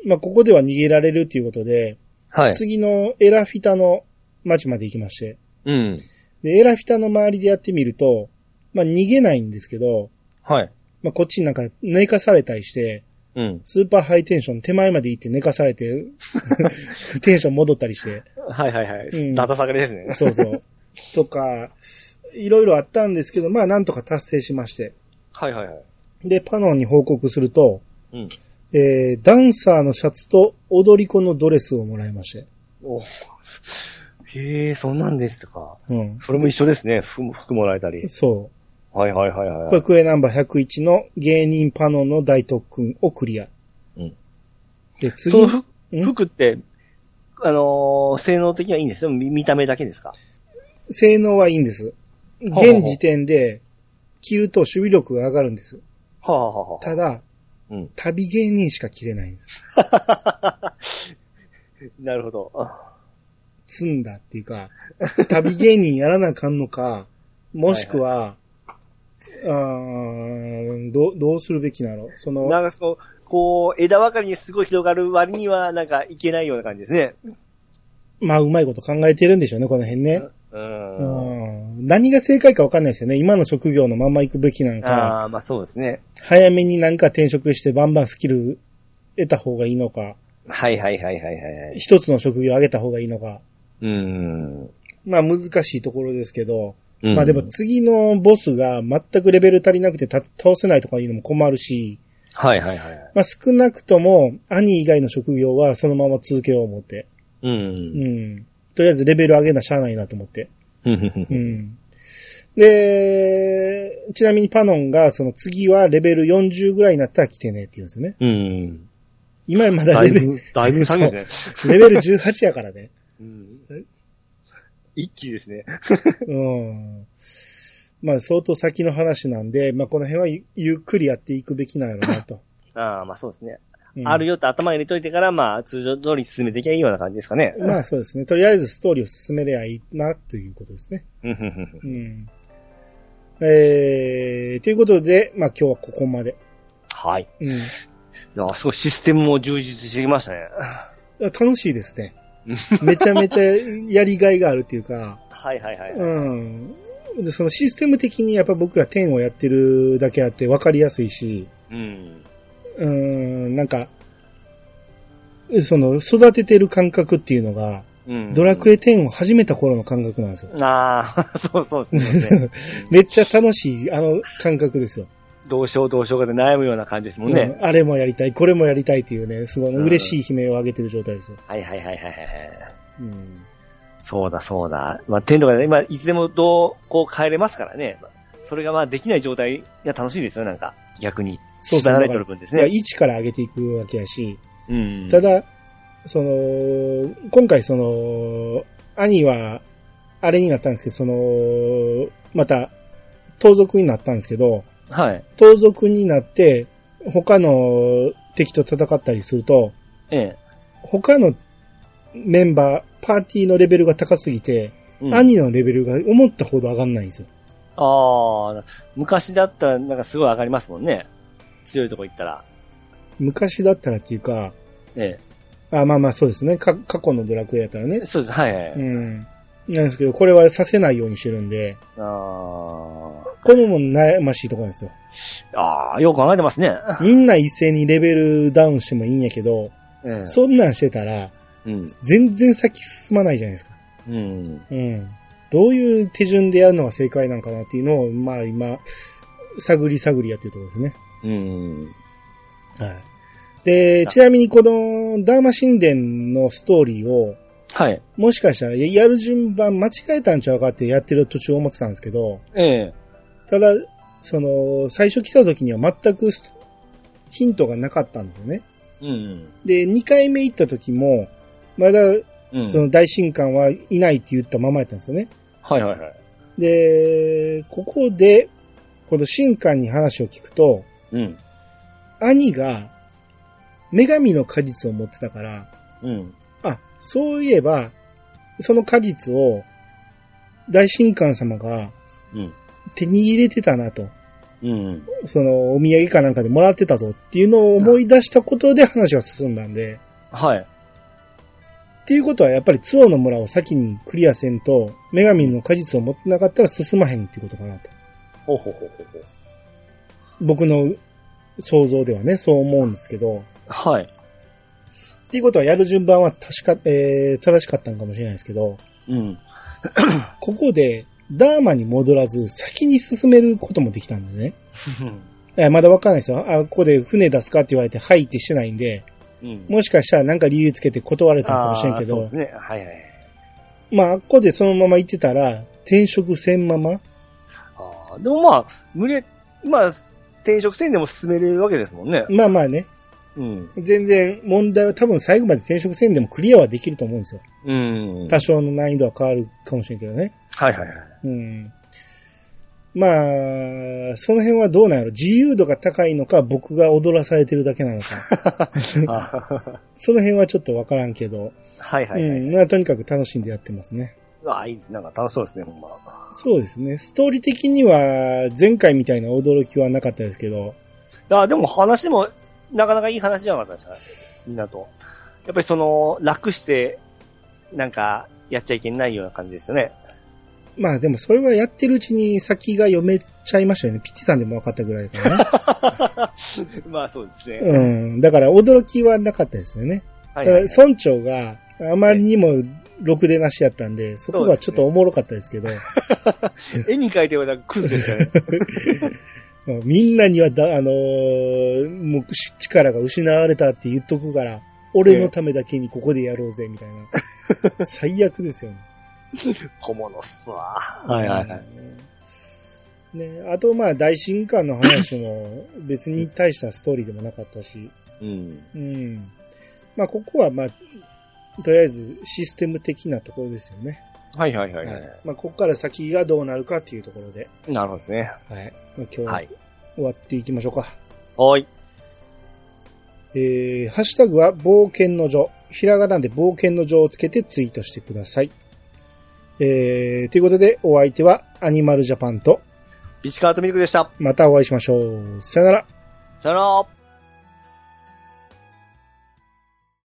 まあ、ここでは逃げられるっていうことで、はい。次のエラフィタの町まで行きまして、うん。で、エラフィタの周りでやってみると、まあ、逃げないんですけど、はい。まあ、こっちになんか寝かされたりして、うん。スーパーハイテンション手前まで行って寝かされ *laughs* て、テンション戻ったりして、はいはいはい。うんだだ下がりですね。そう *laughs* そう。とか、いろいろあったんですけど、まあ、なんとか達成しまして。はいはいはい。で、パノンに報告すると、うん。えーダンサーのシャツと踊り子のドレスをもらいまして。おへえ、そんなんですか。うん。それも一緒ですね。服も、服もらえたり。そ。はいはいはいうはこれい。クエナンバー101の芸人パノンの大特訓をクリア。うん。で、次その服うん服って、あのー性能的にはいいんですよ。見見た目だけですか性能はいいんです。ほうほう現時点で、着ると守備力が上がるんです。はあ、はあはあ、ただ、うん。旅芸人しか着れないんです。なるほど。あ積んだっていうか、 *laughs* 旅芸人やらなあかんのか、もしくは、うーんどう、どうするべきなのその、なんかその、こう、枝分かりにすごい広がる割には、なんかいけないような感じですね。まあ、うまいこと考えてるんでしょうね、この辺ね。うう。んん。何が正解か分かんないですよね。今の職業のまんま行くべきなのか、ああ、まあそうですね。早めになんか転職してバンバンスキル得た方がいいのか、はいはいはいはいはいはい。一つの職業上げた方がいいのか。うん。まあ難しいところですけど、うんまあでも次のボスが全くレベル足りなくてた倒せないとかいうのも困るし、はいはいはい。まあ少なくとも兄以外の職業はそのまま続けよう思って。うう。んん。とりあえずレベル上げなしゃあないなと思って。うん。うんで、ちなみにパノンが、その次はレベル40ぐらいになったら来てねって言うんですよね。うん。今まだだいレベル、ぶ、だいぶ下げですレベル18やからね。ね。うん一気ですね。うん。まあ相当先の話なんで、まあこの辺はゆゆっくりやっていくべきなのなと。ああ、まあそうですね。うんあるよって頭入れといてから、まあ通常通り進めていきゃいいような感じですかね。まあそうですね。とりあえずストーリーを進めればいいなということですね。うんうんうんうん。えー、ということで、まあ今日はここまで。はい。うん。いや、すごいシステムも充実してきましたね。楽しいです *laughs* ね。めちゃめちゃやりがいがあるっていうか、はいはいはい。うん。で、そのシステム的にやっぱ僕ら10をやってるだけあって分かりやすいし、うん。うん、なんか、その育ててる感覚っていうのが、うん。ドラクエ10を始めた頃の感覚なんですよ。ああ、 *laughs* そうそうですね。めっちゃ楽しい、あの感覚ですよ。どうしようどうしようかで悩むような感じですもんね。うんあれもやりたい、これもやりたいっていうね、すごいうん嬉しい悲鳴を上げてる状態ですよ。はいはいはいはいはい。うん。そうだそうだ。まあ、テントがね今、いつでもどう、こう変えれますからね。それがまあ、できない状態が楽しいですよ、なんか。逆に。そうそう縛られてる分ですだからね。 1から上げていくわけやし、うん。た、だ、その、今回その、兄は、あれになったんですけど、その、また、盗賊になったんですけど、はい。盗賊になって、他の敵と戦ったりすると、ええ。他のメンバー、パーティーのレベルが高すぎて、うん兄のレベルが思ったほど上がんないんですよ。ああ、昔だったらなんかすごい上がりますもんね。強いとこ行ったら。昔だったらっていうか、えあまあまあそうですね。か過去のドラクエやったらねえ。。そうです。はい、はい。うん。なんですけど、これはさせないようにしてるんで、あこれも悩ましいところなんですよ。あ。ああ、よく考えてますね。みんな一斉にレベルダウンしてもいいんやけど、ええそんなんしてたら、うん。全然先進まないじゃないですか。うん。うん。どういう手順でやるのが正解なんかなっていうのを、まあ今、探り探りやってるところですね。うん。はい。で、ちなみにこの、ダーマ神殿のストーリーを、はい。もしかしたらやる順番間違えたんちゃうかってやってる途中思ってたんですけど、ええただ、その、最初来た時には全くスヒントがなかったんですよね。うん。で、2回目行った時も、まだ、うん。その大神官はいないって言ったままやったんですよね。はいはいはい。で、ここで、この神官に話を聞くと、うん。兄が、女神の果実を持ってたから、うん。あ、そういえば、その果実を、大神官様がうん。手に入れてたなと、うん。そのお土産かなんかでもらってたぞっていうのを思い出したことで話が進んだんで、はい。っていうことはやっぱりツオの村を先にクリアせんと、女神の果実を持ってなかったら進まへんってことかなと。ほうほうほうほうほう。僕の想像ではね、そう思うんですけど、はい。っていうことはやる順番は確か、えー、正しかったのかもしれないですけど、うん。ここで、ダーマに戻らず、先に進めることもできたんでね。えーまだわかんないですよ。あ、ここで船出すかって言われて、はいってしてないんで、うん。もしかしたらなんか理由つけて断れたのかもしれんあけーそうどで、すね。はいはい。まあ、ここでそのまま行ってたら、転職せんまま、ああ。でもまあ、無理、まあ、転職戦でも進めれるわけですもんね。まあまあね、うん。全然問題は多分最後まで転職せんでもクリアはできると思うんですよ。うん。多少の難易度は変わるかもしれんけどね。はい *laughs* はいはい。うんまあ、その辺はどうなんやろ自由度が高いのか、僕が踊らされてるだけなの *laughs* か。あその辺はちょっとわからんけど、はいはいはうんい。まあ。とにかく楽しんでやってますね。ああ、いいです。なんか楽しそうですね、ほんま。そうですね。ストーリー的には、前回みたいな驚きはなかったですけど、ああ、でも話も、なかなかいい話じゃなかったですかみんなと。やっぱりその、楽して、なんか、やっちゃいけないような感じですよね。まあでもそれはやってるうちに先が読めちゃいましたよね。ピッチさんでも分かったぐらい *laughs* かな。まあそうですね。うん。だから驚きはなかったですよね。たはいはいはだい、村長があまりにもろくでなしやったんで、そこがちょっとおもろかったですけど、絵に描いてはなんかクズですよね。 *laughs* うんみんなにはだ、あのーもうし力が失われたって言っとくから、俺のためだけにここでやろうぜ、みたい *laughs* な。最悪ですよね。小物っすわ。はいはいはい。ね、あと、まあ、大神官の話も別に大したストーリーでもなかったし、うん。うん。まあ、ここは、まあ、とりあえずシステム的なところですよね。はいはいはいは。はいまあ、ここから先がどうなるかっていうところで、なるほどですね。はい。まあ今日は。はい終わっていきましょうか。はい。えー、ハッシュタグは冒険の女。ひらがなで冒険の女をつけてツイートしてください。えー、ということでお相手はアニマルジャパンとビチカートミルクでした。またお会いしましょう。さよなら。さよなら。